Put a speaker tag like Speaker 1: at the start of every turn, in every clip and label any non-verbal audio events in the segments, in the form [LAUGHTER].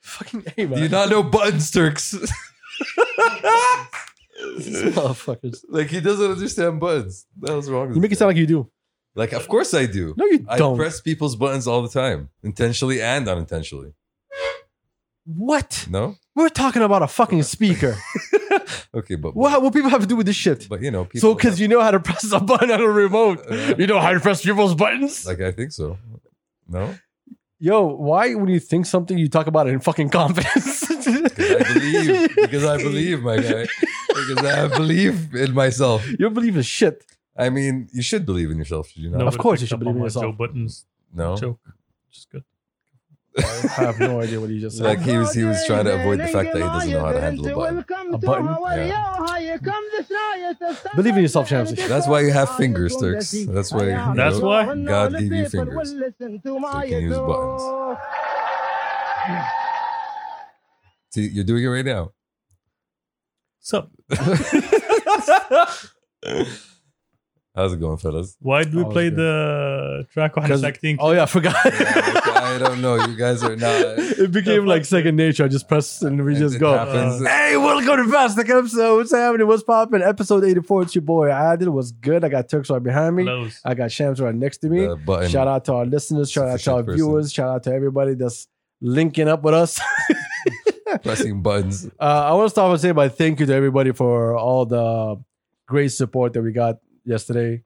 Speaker 1: fucking name
Speaker 2: Do you
Speaker 1: out.
Speaker 2: not know buttons, Turks?
Speaker 1: These motherfuckers.
Speaker 2: [LAUGHS] like he doesn't understand buttons. That was wrong. with
Speaker 1: You make it
Speaker 2: the guy.
Speaker 1: sound like you do.
Speaker 2: like, of course I do.
Speaker 1: No, you
Speaker 2: I
Speaker 1: don't.
Speaker 2: press people's buttons all the time, intentionally and unintentionally.
Speaker 1: what?
Speaker 2: No,
Speaker 1: We're talking about a fucking
Speaker 2: [LAUGHS]
Speaker 1: speaker.
Speaker 2: okay, but
Speaker 1: what? What people have to do with this shit?
Speaker 2: but you know, people
Speaker 1: So, because you know how to press a button on a remote,
Speaker 2: Yeah.
Speaker 1: you know how to press people's buttons.
Speaker 2: like I think so. No,
Speaker 1: Yo, why when you think something, you talk about it in fucking confidence? [LAUGHS]
Speaker 2: I believe because I believe, my guy, because I believe in myself.
Speaker 1: You believe is shit.
Speaker 2: I mean, you should believe in yourself. Should you
Speaker 3: Nobody
Speaker 2: not?
Speaker 1: Of course you
Speaker 3: picked
Speaker 1: should
Speaker 3: up
Speaker 1: believe
Speaker 3: on
Speaker 1: in
Speaker 3: my
Speaker 1: yourself.
Speaker 3: Joe Button's
Speaker 2: No,
Speaker 3: joke, which is good.
Speaker 1: I have no idea what he just said.
Speaker 2: like he was he was trying to avoid the fact that he doesn't know how to handle a button.
Speaker 1: A button?
Speaker 4: Believe in yourself, Shams.
Speaker 2: That's why you have fingers, Turks. That's why. you
Speaker 3: That's why?
Speaker 2: God gave you fingers. So you can use buttons. See, you're doing it right now.
Speaker 3: So,
Speaker 2: How's it going,
Speaker 1: [LAUGHS]
Speaker 2: fellas?
Speaker 3: why did we
Speaker 1: That was
Speaker 3: play
Speaker 1: good.
Speaker 3: the track on
Speaker 1: 'Cause-
Speaker 3: acting?
Speaker 1: oh yeah, I
Speaker 2: [LAUGHS]
Speaker 1: forgot.
Speaker 2: I don't know. You guys are not.
Speaker 1: it became like second nature. I just press and we
Speaker 2: It-
Speaker 1: just
Speaker 2: it
Speaker 1: go. Uh,
Speaker 2: happens.
Speaker 1: hey, welcome to Fast Tech episode. What's happening? What's popping? Episode 84. It's your boy. I did was good. I got Turks right behind me.
Speaker 3: Close.
Speaker 1: I got Shams right next to me.
Speaker 2: The button.
Speaker 1: Shout out to our listeners. Shout out to our
Speaker 2: Sufficient person.
Speaker 1: viewers. Shout out to everybody that's linking up with us. [LAUGHS]
Speaker 2: Pressing buttons.
Speaker 1: Uh, I want to start by saying by thank you to everybody for all the great support that we got yesterday.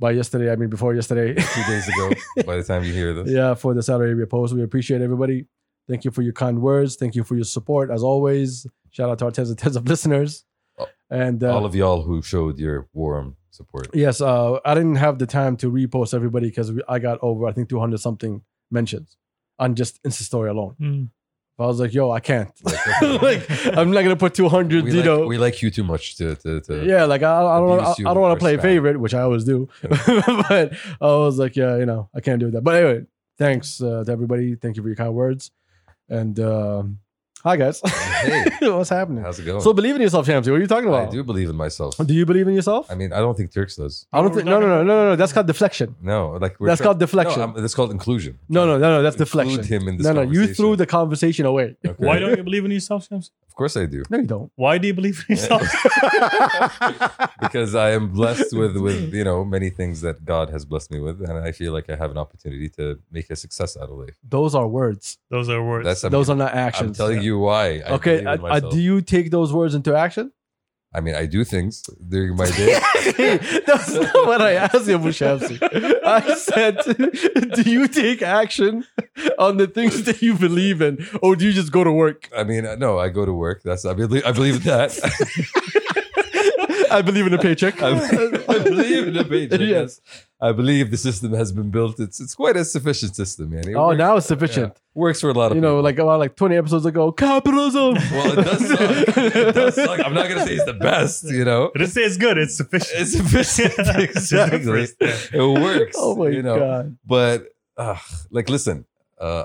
Speaker 1: By yesterday, I mean before yesterday. [LAUGHS]
Speaker 2: two days ago by the time you hear this.
Speaker 1: yeah, for the Saudi Arabia Post. We appreciate everybody. Thank you for your kind words. Thank you for your support. As always, shout out to our tens and tens of listeners.
Speaker 2: Oh,
Speaker 1: And uh,
Speaker 2: All of y'all who showed your warm
Speaker 1: [LAUGHS]
Speaker 2: support.
Speaker 1: yes, uh, I didn't have the time to repost everybody because I got over, I think, 200 something mentions on just Insta Story alone.
Speaker 3: Hmm.
Speaker 1: I was like, yo, I can't. [LAUGHS]
Speaker 2: Like,
Speaker 1: like, I'm not going to put 200,
Speaker 2: we,
Speaker 1: you
Speaker 2: like,
Speaker 1: know.
Speaker 2: we like you too much to, to, to
Speaker 1: yeah, like I, I don't, I,
Speaker 2: abuse you
Speaker 1: I don't want
Speaker 2: or
Speaker 1: to play
Speaker 2: spam.
Speaker 1: favorite, which I always do. [LAUGHS] but I was like, yeah, you know, I can't do that. But anyway, thanks uh, to everybody. Thank you for your kind words. And um, hi, guys. [LAUGHS]
Speaker 2: Hey.
Speaker 1: what's happening?
Speaker 2: How's it going?
Speaker 1: So Oh, believe in yourself, Shamsi. What are you talking
Speaker 2: I
Speaker 1: about?
Speaker 2: do believe in myself.
Speaker 1: Do you believe in yourself?
Speaker 2: I mean, I don't think Turks does.
Speaker 1: I don't think. No, no, no, no, no, no. That's called deflection.
Speaker 2: No, like
Speaker 1: That's
Speaker 2: try-
Speaker 1: called deflection.
Speaker 2: No, I'm- that's called inclusion.
Speaker 1: No, no, no, no. That's deflection.
Speaker 2: Include him in this
Speaker 1: No, no. You threw the conversation away. [LAUGHS]
Speaker 2: conversation. Okay.
Speaker 3: Why don't you believe in yourself, Shams?
Speaker 2: Of course I do,
Speaker 1: No, you
Speaker 2: [LAUGHS]
Speaker 1: don't.
Speaker 3: Why do you believe in yourself?
Speaker 2: because I am blessed
Speaker 1: [LAUGHS]
Speaker 2: with with you know many things that God has blessed me with, and I feel like I have an opportunity to make a success out of life.
Speaker 1: Those are words.
Speaker 3: Those are words. [LAUGHS]
Speaker 2: That's I
Speaker 1: Those
Speaker 2: mean,
Speaker 1: are not
Speaker 2: I'm
Speaker 1: actions.
Speaker 2: telling you why. I
Speaker 1: okay.
Speaker 2: believe in
Speaker 1: I- I-
Speaker 2: myself.
Speaker 1: do you take those words into
Speaker 2: [LAUGHS]
Speaker 1: action? [LAUGHS]
Speaker 2: I mean, I do things during my day.
Speaker 1: That's not what I asked Abu Shamsi. I said, [LAUGHS] do you take action on the things that you believe in, or do you just go to work? [LAUGHS]
Speaker 2: I mean, no, I go to work. That's I believe. I believe in that. [LAUGHS]
Speaker 1: I believe in a paycheck. [LAUGHS]
Speaker 2: I, believe- I believe in the paycheck.
Speaker 1: Yes.
Speaker 2: Yes. I believe the system has been built. It's it's quite a sufficient system, man. It
Speaker 1: Oh,
Speaker 2: works-
Speaker 1: now it's
Speaker 2: yeah,
Speaker 1: sufficient.
Speaker 2: works for a lot of
Speaker 1: You know,
Speaker 2: people.
Speaker 1: like about like 20 episodes ago, capitalism.
Speaker 2: [LAUGHS] well, it does suck. it does suck. I'm not gonna say
Speaker 1: [LAUGHS]
Speaker 2: it's the best. You know,
Speaker 3: I didn't say it's good. It's sufficient.
Speaker 2: it's
Speaker 3: [LAUGHS]
Speaker 2: sufficient. exactly.
Speaker 3: First step.
Speaker 2: It works.
Speaker 1: Oh my
Speaker 2: you know?
Speaker 1: god.
Speaker 2: But ugh, like, listen. uh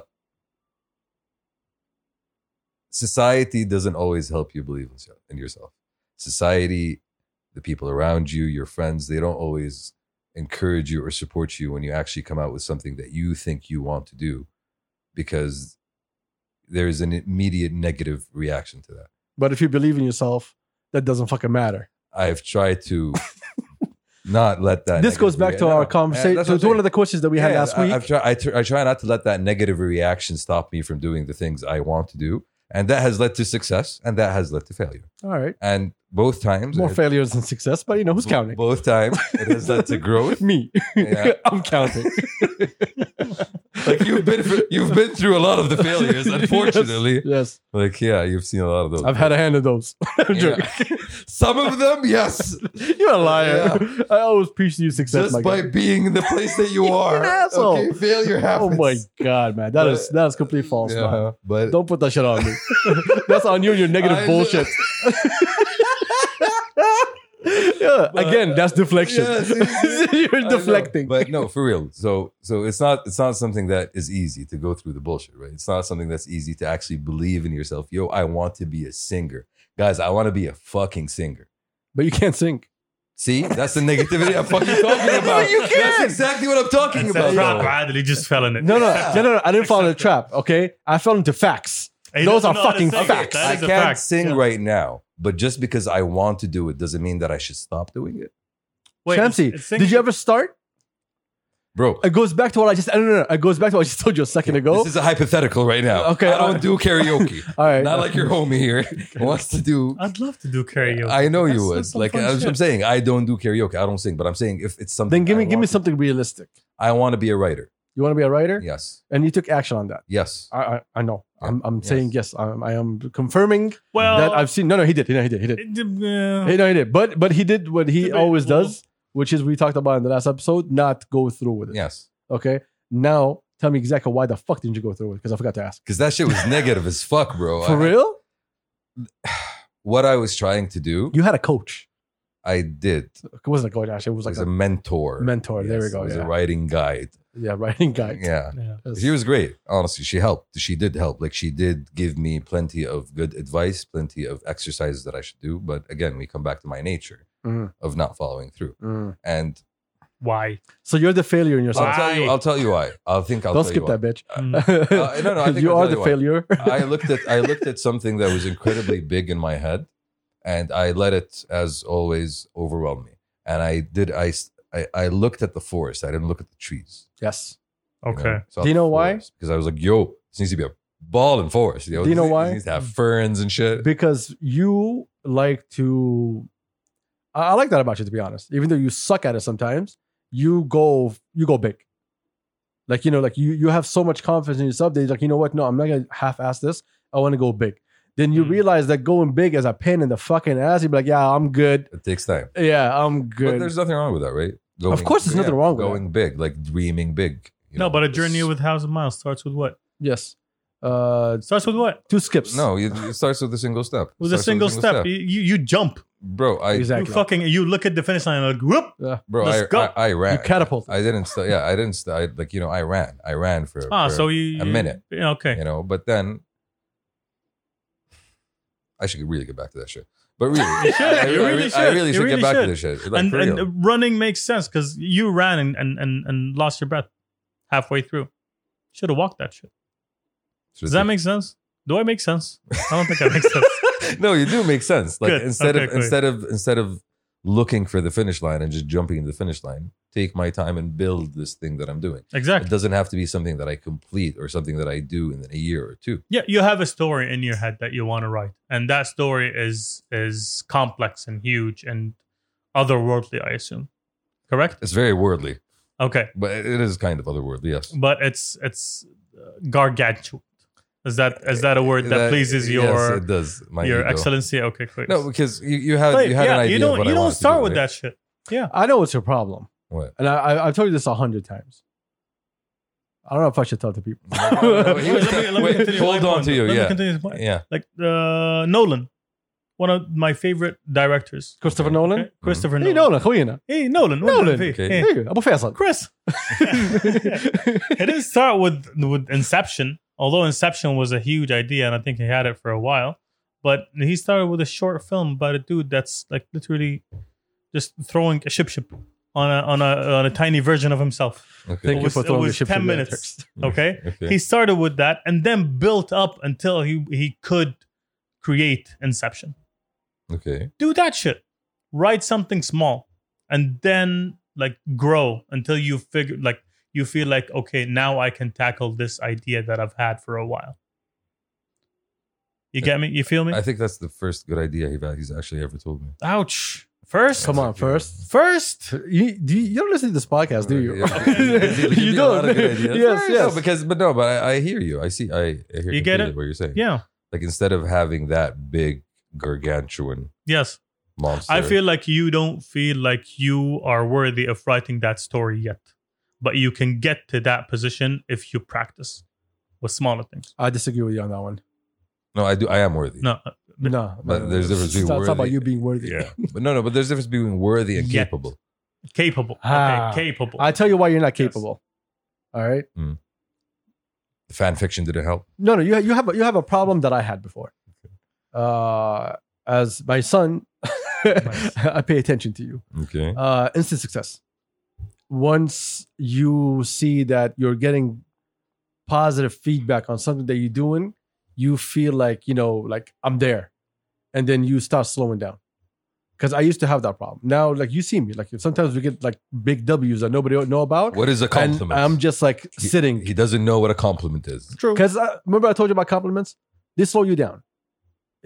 Speaker 2: Society doesn't always help you believe in yourself. Society, the people around you, your friends, they don't always encourage you or support you when you actually come out with something that you think you want to do because there's an immediate negative reaction to that.
Speaker 1: But if you believe in yourself, that doesn't fucking matter.
Speaker 2: I've tried
Speaker 1: [LAUGHS]
Speaker 2: to not let that.
Speaker 1: this goes
Speaker 2: negative
Speaker 1: back
Speaker 2: rea-
Speaker 1: to
Speaker 2: No,
Speaker 1: our
Speaker 2: no, yeah,
Speaker 1: conversation
Speaker 2: that's
Speaker 1: to,
Speaker 2: what I'm
Speaker 1: to one
Speaker 2: saying.
Speaker 1: of the questions that we had
Speaker 2: Yeah,
Speaker 1: last
Speaker 2: I,
Speaker 1: week.
Speaker 2: I've tried, I, tr- I try not to let that negative reaction stop me from doing the things I want to do, and that has led to success, and that has led to failure,
Speaker 1: All
Speaker 2: [LAUGHS]
Speaker 1: right.
Speaker 2: and both times
Speaker 1: More
Speaker 2: it-
Speaker 1: failures than success, but you know who's
Speaker 2: bo-
Speaker 1: counting?
Speaker 2: Both times it has led to
Speaker 1: [LAUGHS]
Speaker 2: growth.
Speaker 1: Me.
Speaker 2: Yeah.
Speaker 1: [LAUGHS] I'm counting.
Speaker 2: Like you've been you've been through a lot of the [LAUGHS]
Speaker 1: [LAUGHS]
Speaker 2: failures,
Speaker 1: Yes.
Speaker 2: unfortunately.
Speaker 1: yes.
Speaker 2: Like yeah, you've seen a lot of those.
Speaker 1: I've had a hand of those. [LAUGHS] I'm
Speaker 2: Yeah. [LAUGHS]
Speaker 1: joking.
Speaker 2: Some of them,
Speaker 1: [LAUGHS]
Speaker 2: yes,
Speaker 1: You're a liar. [LAUGHS] I always preach to you success.
Speaker 2: just
Speaker 1: my
Speaker 2: by
Speaker 1: guy.
Speaker 2: being in the place that
Speaker 1: [LAUGHS]
Speaker 2: you
Speaker 1: You're
Speaker 2: are.
Speaker 1: an asshole.
Speaker 2: Okay, failure
Speaker 1: oh
Speaker 2: happens.
Speaker 1: my god, man, that is that is complete false.
Speaker 2: Yeah,
Speaker 1: Man.
Speaker 2: but
Speaker 1: Don't put that shit on me. [LAUGHS] That's on you and your negative
Speaker 2: I know. [LAUGHS]
Speaker 1: bullshit. [LAUGHS] yeah, again, that's deflection. [LAUGHS]
Speaker 2: Yeah, see, see?
Speaker 1: You're
Speaker 2: I know,
Speaker 1: deflecting.
Speaker 2: but no, for real. So so it's not it's not something that is easy to go through the bullshit, right? It's not something that's easy to actually believe in yourself. Yo, I want to be a singer. Guys, I want to be a fucking singer.
Speaker 1: But you can't sing.
Speaker 2: See, that's the negativity I'm fucking talking about.
Speaker 1: But you can.
Speaker 2: That's exactly what I'm talking
Speaker 3: It's a
Speaker 2: about.
Speaker 3: trap,
Speaker 2: though. [LAUGHS]
Speaker 3: Adil. [LAUGHS] He just fell in it.
Speaker 1: No, no, no, no, no. I didn't fall in a trap. Okay, I fell into facts.
Speaker 3: Hey,
Speaker 1: Those
Speaker 3: that's
Speaker 1: are
Speaker 3: not a
Speaker 1: fucking
Speaker 3: secret.
Speaker 1: facts.
Speaker 3: That
Speaker 2: I
Speaker 3: is a
Speaker 2: can't
Speaker 3: fact.
Speaker 2: sing
Speaker 3: Yeah.
Speaker 2: right now, but just because I want to do it doesn't mean that I should stop doing it,
Speaker 3: Wait,
Speaker 1: Shamsi,
Speaker 3: it's- it's singing.
Speaker 1: did you ever start?
Speaker 2: bro.
Speaker 1: It goes back to what I just. No, no, no. It goes back to what I just told you a second ago.
Speaker 2: This is a hypothetical right now.
Speaker 1: Okay,
Speaker 2: I don't
Speaker 1: uh,
Speaker 2: do karaoke.
Speaker 1: All right.
Speaker 2: Not like your homie here wants to do.
Speaker 3: I'd love to do karaoke.
Speaker 2: I know you
Speaker 3: That's-
Speaker 2: would.
Speaker 3: that's some
Speaker 2: Like
Speaker 3: fun
Speaker 2: that's what I'm
Speaker 3: shit.
Speaker 2: saying. I don't do karaoke. I don't sing. But I'm saying if it's something,
Speaker 1: then give me
Speaker 2: I
Speaker 1: give me
Speaker 2: want to-
Speaker 1: something realistic.
Speaker 2: I want to be a writer.
Speaker 1: You want to be a writer,
Speaker 2: Yes.
Speaker 1: and you took action on that.
Speaker 2: Yes.
Speaker 1: I I, I know.
Speaker 2: Yeah.
Speaker 1: I'm I'm
Speaker 2: Yes.
Speaker 1: saying yes. I'm, I am confirming
Speaker 3: well,
Speaker 1: that I've seen. No, no, he did. No, he did. He did.
Speaker 3: it did- uh, yeah.
Speaker 1: He, no, he did. But but he did what he
Speaker 3: Debatable.
Speaker 1: always does, which is we talked about in the last episode, not go through with it.
Speaker 2: Yes.
Speaker 1: Okay. Now tell me exactly why the fuck didn't you go through with it? Because I forgot to ask.
Speaker 2: Because that shit
Speaker 1: [LAUGHS]
Speaker 2: was negative as fuck, bro.
Speaker 1: For
Speaker 2: I-
Speaker 1: real?
Speaker 2: What I was trying to do,
Speaker 1: You had a coach.
Speaker 2: I did.
Speaker 1: It wasn't a coach, actually. It was
Speaker 2: It
Speaker 1: like
Speaker 2: was
Speaker 1: a,
Speaker 2: a mentor.
Speaker 1: mentor. there we
Speaker 2: Yes,
Speaker 1: go.
Speaker 2: it was
Speaker 1: Yeah.
Speaker 2: a writing guide.
Speaker 1: yeah, writing guy.
Speaker 2: Yeah.
Speaker 3: Yeah.
Speaker 2: She was great, honestly. She helped. She did help. Like she did give me plenty of good advice, plenty of exercises that I should do. But again, we come back to my nature
Speaker 1: Mhm.
Speaker 2: of not following through.
Speaker 1: Mm.
Speaker 2: And
Speaker 3: Why?
Speaker 1: So you're the failure in yourself.
Speaker 2: I'll tell you.
Speaker 3: Why?
Speaker 2: I'll tell you why. I think I'll
Speaker 1: Don't
Speaker 2: tell
Speaker 1: skip
Speaker 2: you
Speaker 1: that, bitch.
Speaker 3: Mm.
Speaker 2: Uh, no, no,
Speaker 1: [LAUGHS]
Speaker 2: I think
Speaker 1: you
Speaker 2: I'll
Speaker 1: are
Speaker 2: tell
Speaker 1: the
Speaker 2: you Uh, why.
Speaker 1: failure.
Speaker 2: Why. I looked at I looked at something that was incredibly big in my head, and I let it, as always, overwhelm me. And I did. I s- I, I looked at the forest. I didn't look at the trees.
Speaker 1: yes.
Speaker 2: you know?
Speaker 3: Okay.
Speaker 2: Saw
Speaker 1: Do you
Speaker 2: the
Speaker 1: know why?
Speaker 2: forest, Because I was like, yo, this needs to be a ball and forest.
Speaker 1: Do you know
Speaker 2: this
Speaker 1: why?
Speaker 2: Needs to have ferns and shit.
Speaker 1: Because you like to I, I like that about you to be honest. Even though you suck at it sometimes, you go you go big. Like you know, like you you have so much confidence in yourself that you're like, you know what? No, I'm not gonna half ass this. I want to go big. Then you
Speaker 3: Mm.
Speaker 1: realize that going big is a pain in the fucking ass. You'd be like, yeah, I'm good.
Speaker 2: It takes time.
Speaker 1: Yeah, I'm
Speaker 2: But
Speaker 1: good.
Speaker 2: there's nothing wrong with that, right? Going,
Speaker 1: course there's nothing wrong with
Speaker 2: going big, like dreaming big. you
Speaker 3: no,
Speaker 2: know,
Speaker 3: but a
Speaker 2: it's-
Speaker 3: journey with thousand miles starts with what?
Speaker 1: yes. Uh
Speaker 3: Starts with what?
Speaker 1: two skips.
Speaker 2: No, it, it starts with a single step. It
Speaker 3: With a
Speaker 2: starts
Speaker 3: single, step. You, you you jump.
Speaker 2: Bro, I
Speaker 1: Exactly.
Speaker 3: You fucking you look at the finish line and like whoop.
Speaker 2: bro, I,
Speaker 3: Let's go.
Speaker 2: I, I
Speaker 1: you
Speaker 2: ran.
Speaker 1: catapult.
Speaker 2: I didn't. St- yeah, I didn't. St- I, like you know, I ran. I ran for.
Speaker 3: Ah,
Speaker 2: for,
Speaker 3: so you
Speaker 2: a minute.
Speaker 3: you- Okay.
Speaker 2: you know. But then, I should really get back to that shit. But really,
Speaker 3: [LAUGHS] You should.
Speaker 2: I,
Speaker 3: You
Speaker 2: I,
Speaker 3: really
Speaker 2: I
Speaker 3: should.
Speaker 2: really
Speaker 3: You
Speaker 2: should
Speaker 3: really
Speaker 2: get back to
Speaker 3: should.
Speaker 2: this shit. Like,
Speaker 3: and
Speaker 2: for real.
Speaker 3: and running makes sense because you ran and, and and and lost your breath halfway through. Should have walked that shit. Does that make sense? Do I make sense? I don't think that
Speaker 2: [LAUGHS]
Speaker 3: makes sense.
Speaker 2: no, you do make sense. Like
Speaker 3: Good.
Speaker 2: instead
Speaker 3: Okay,
Speaker 2: of
Speaker 3: great.
Speaker 2: instead of instead of looking for the finish line and just jumping to the finish line, take my time and build this thing that I'm doing. It
Speaker 3: Exactly.
Speaker 2: doesn't have to be something that I complete or something that I do in a year or two.
Speaker 3: Yeah, you have a story in your head that you want to write, and that story is is complex and huge and otherworldly. I assume, correct?
Speaker 2: It's very worldly,
Speaker 3: Okay,
Speaker 2: but it it is kind of otherworldly. Yes.
Speaker 3: but it's it's uh, gargantuan. Is that is that a word that, pleases your
Speaker 2: Yes, it does. My
Speaker 3: your
Speaker 2: ego.
Speaker 3: excellency? Okay, great.
Speaker 2: No, because you, you had
Speaker 3: Wait,
Speaker 2: you had
Speaker 3: yeah,
Speaker 2: an idea.
Speaker 3: you don't
Speaker 2: of what
Speaker 3: you
Speaker 2: I
Speaker 3: don't
Speaker 2: wanted to
Speaker 3: start
Speaker 2: do,
Speaker 3: with
Speaker 2: right?
Speaker 3: that shit. Yeah,
Speaker 1: I know it's your problem.
Speaker 2: What?
Speaker 1: And I, I I've told you this a hundred times. I don't know if I should tell the people.
Speaker 2: No, no, he was-
Speaker 3: Wait, let me, let me
Speaker 2: [LAUGHS] Wait,
Speaker 3: continue
Speaker 2: hold
Speaker 3: my
Speaker 2: on
Speaker 3: point.
Speaker 2: to you,
Speaker 3: Let me
Speaker 2: yeah.
Speaker 3: continue this point.
Speaker 2: Yeah.
Speaker 3: Like uh, Nolan, one of my favorite directors.
Speaker 1: Christopher
Speaker 2: Okay.
Speaker 1: Nolan.
Speaker 3: Okay? Christopher
Speaker 1: Hey
Speaker 3: Nolan.
Speaker 1: Nolan, خوينا.
Speaker 3: Hey Nolan. what
Speaker 1: Nolan.
Speaker 3: the-
Speaker 2: Okay.
Speaker 3: hey.
Speaker 1: There you go. Abu Faisal.
Speaker 2: [LAUGHS]
Speaker 3: Chris. it didn't start with with Inception, although Inception was a huge idea, and I think he had it for a while. But he started with a short film about a dude that's like literally just throwing a ship ship on a on a on a tiny version of himself.
Speaker 1: [LAUGHS]
Speaker 2: Okay.
Speaker 1: Thank
Speaker 3: it
Speaker 1: you
Speaker 3: was,
Speaker 1: for
Speaker 3: it
Speaker 1: throwing the
Speaker 3: was
Speaker 1: ship
Speaker 3: ten
Speaker 1: in the
Speaker 3: minutes.
Speaker 1: text.
Speaker 3: Okay.
Speaker 2: Okay.
Speaker 3: He started with that and then built up until he he could create Inception
Speaker 2: okay.
Speaker 3: do that shit. Write something small and then like grow until you figure like you feel like okay, now I can tackle this idea that I've had for a while. You get me? You feel me?
Speaker 2: I think that's the first good idea he he's actually ever told me.
Speaker 3: Ouch. First
Speaker 1: Come on, first.
Speaker 3: first
Speaker 1: You, do you, you don't listen to this podcast, do you?
Speaker 2: Yeah,
Speaker 1: [LAUGHS]
Speaker 2: because he- he gives
Speaker 1: you
Speaker 2: me a lot
Speaker 1: don't. [LAUGHS]
Speaker 2: of good ideas.
Speaker 1: yes,
Speaker 2: No,
Speaker 1: yes.
Speaker 2: because but no, but I, I hear you. I see. I, I hear
Speaker 3: You get
Speaker 2: completely
Speaker 3: it?
Speaker 2: What you're saying?
Speaker 3: Yeah.
Speaker 2: Like instead of having that big gargantuan
Speaker 3: Yes.
Speaker 2: monster,
Speaker 3: I feel like you don't feel like you are worthy of writing that story yet. But you can get to that position if you practice with smaller things.
Speaker 1: I disagree with you on that one.
Speaker 2: no, I do. I am worthy.
Speaker 3: No, uh,
Speaker 1: No, no,
Speaker 2: But
Speaker 1: no,
Speaker 2: there's
Speaker 1: no.
Speaker 2: difference between
Speaker 1: It's not- it's not about
Speaker 2: worthy-
Speaker 1: you being worthy.
Speaker 2: Yeah, [LAUGHS] but no, no. But there's a difference between worthy and
Speaker 3: Yet.
Speaker 2: capable.
Speaker 3: capable.
Speaker 1: Ah.
Speaker 3: okay, capable.
Speaker 1: I tell you why you're not
Speaker 3: Yes.
Speaker 1: capable. All right.
Speaker 2: The fan fiction didn't help.
Speaker 1: No, no. You you have a, you have a problem that I had before. Uh, as my son,
Speaker 3: Nice.
Speaker 1: [LAUGHS] I pay attention to you.
Speaker 2: Okay.
Speaker 1: uh, instant success. Once you see that you're getting positive feedback on something that you're doing, you feel like you know like i'm there and then you start slowing down because i used to have that problem now like you see me like sometimes we get like big w's that nobody know about
Speaker 2: What is a
Speaker 1: and
Speaker 2: compliment?
Speaker 1: i'm just like
Speaker 2: He-
Speaker 1: sitting
Speaker 2: he doesn't know what a compliment is.
Speaker 3: True.
Speaker 1: because uh, remember i told you about compliments they slow you down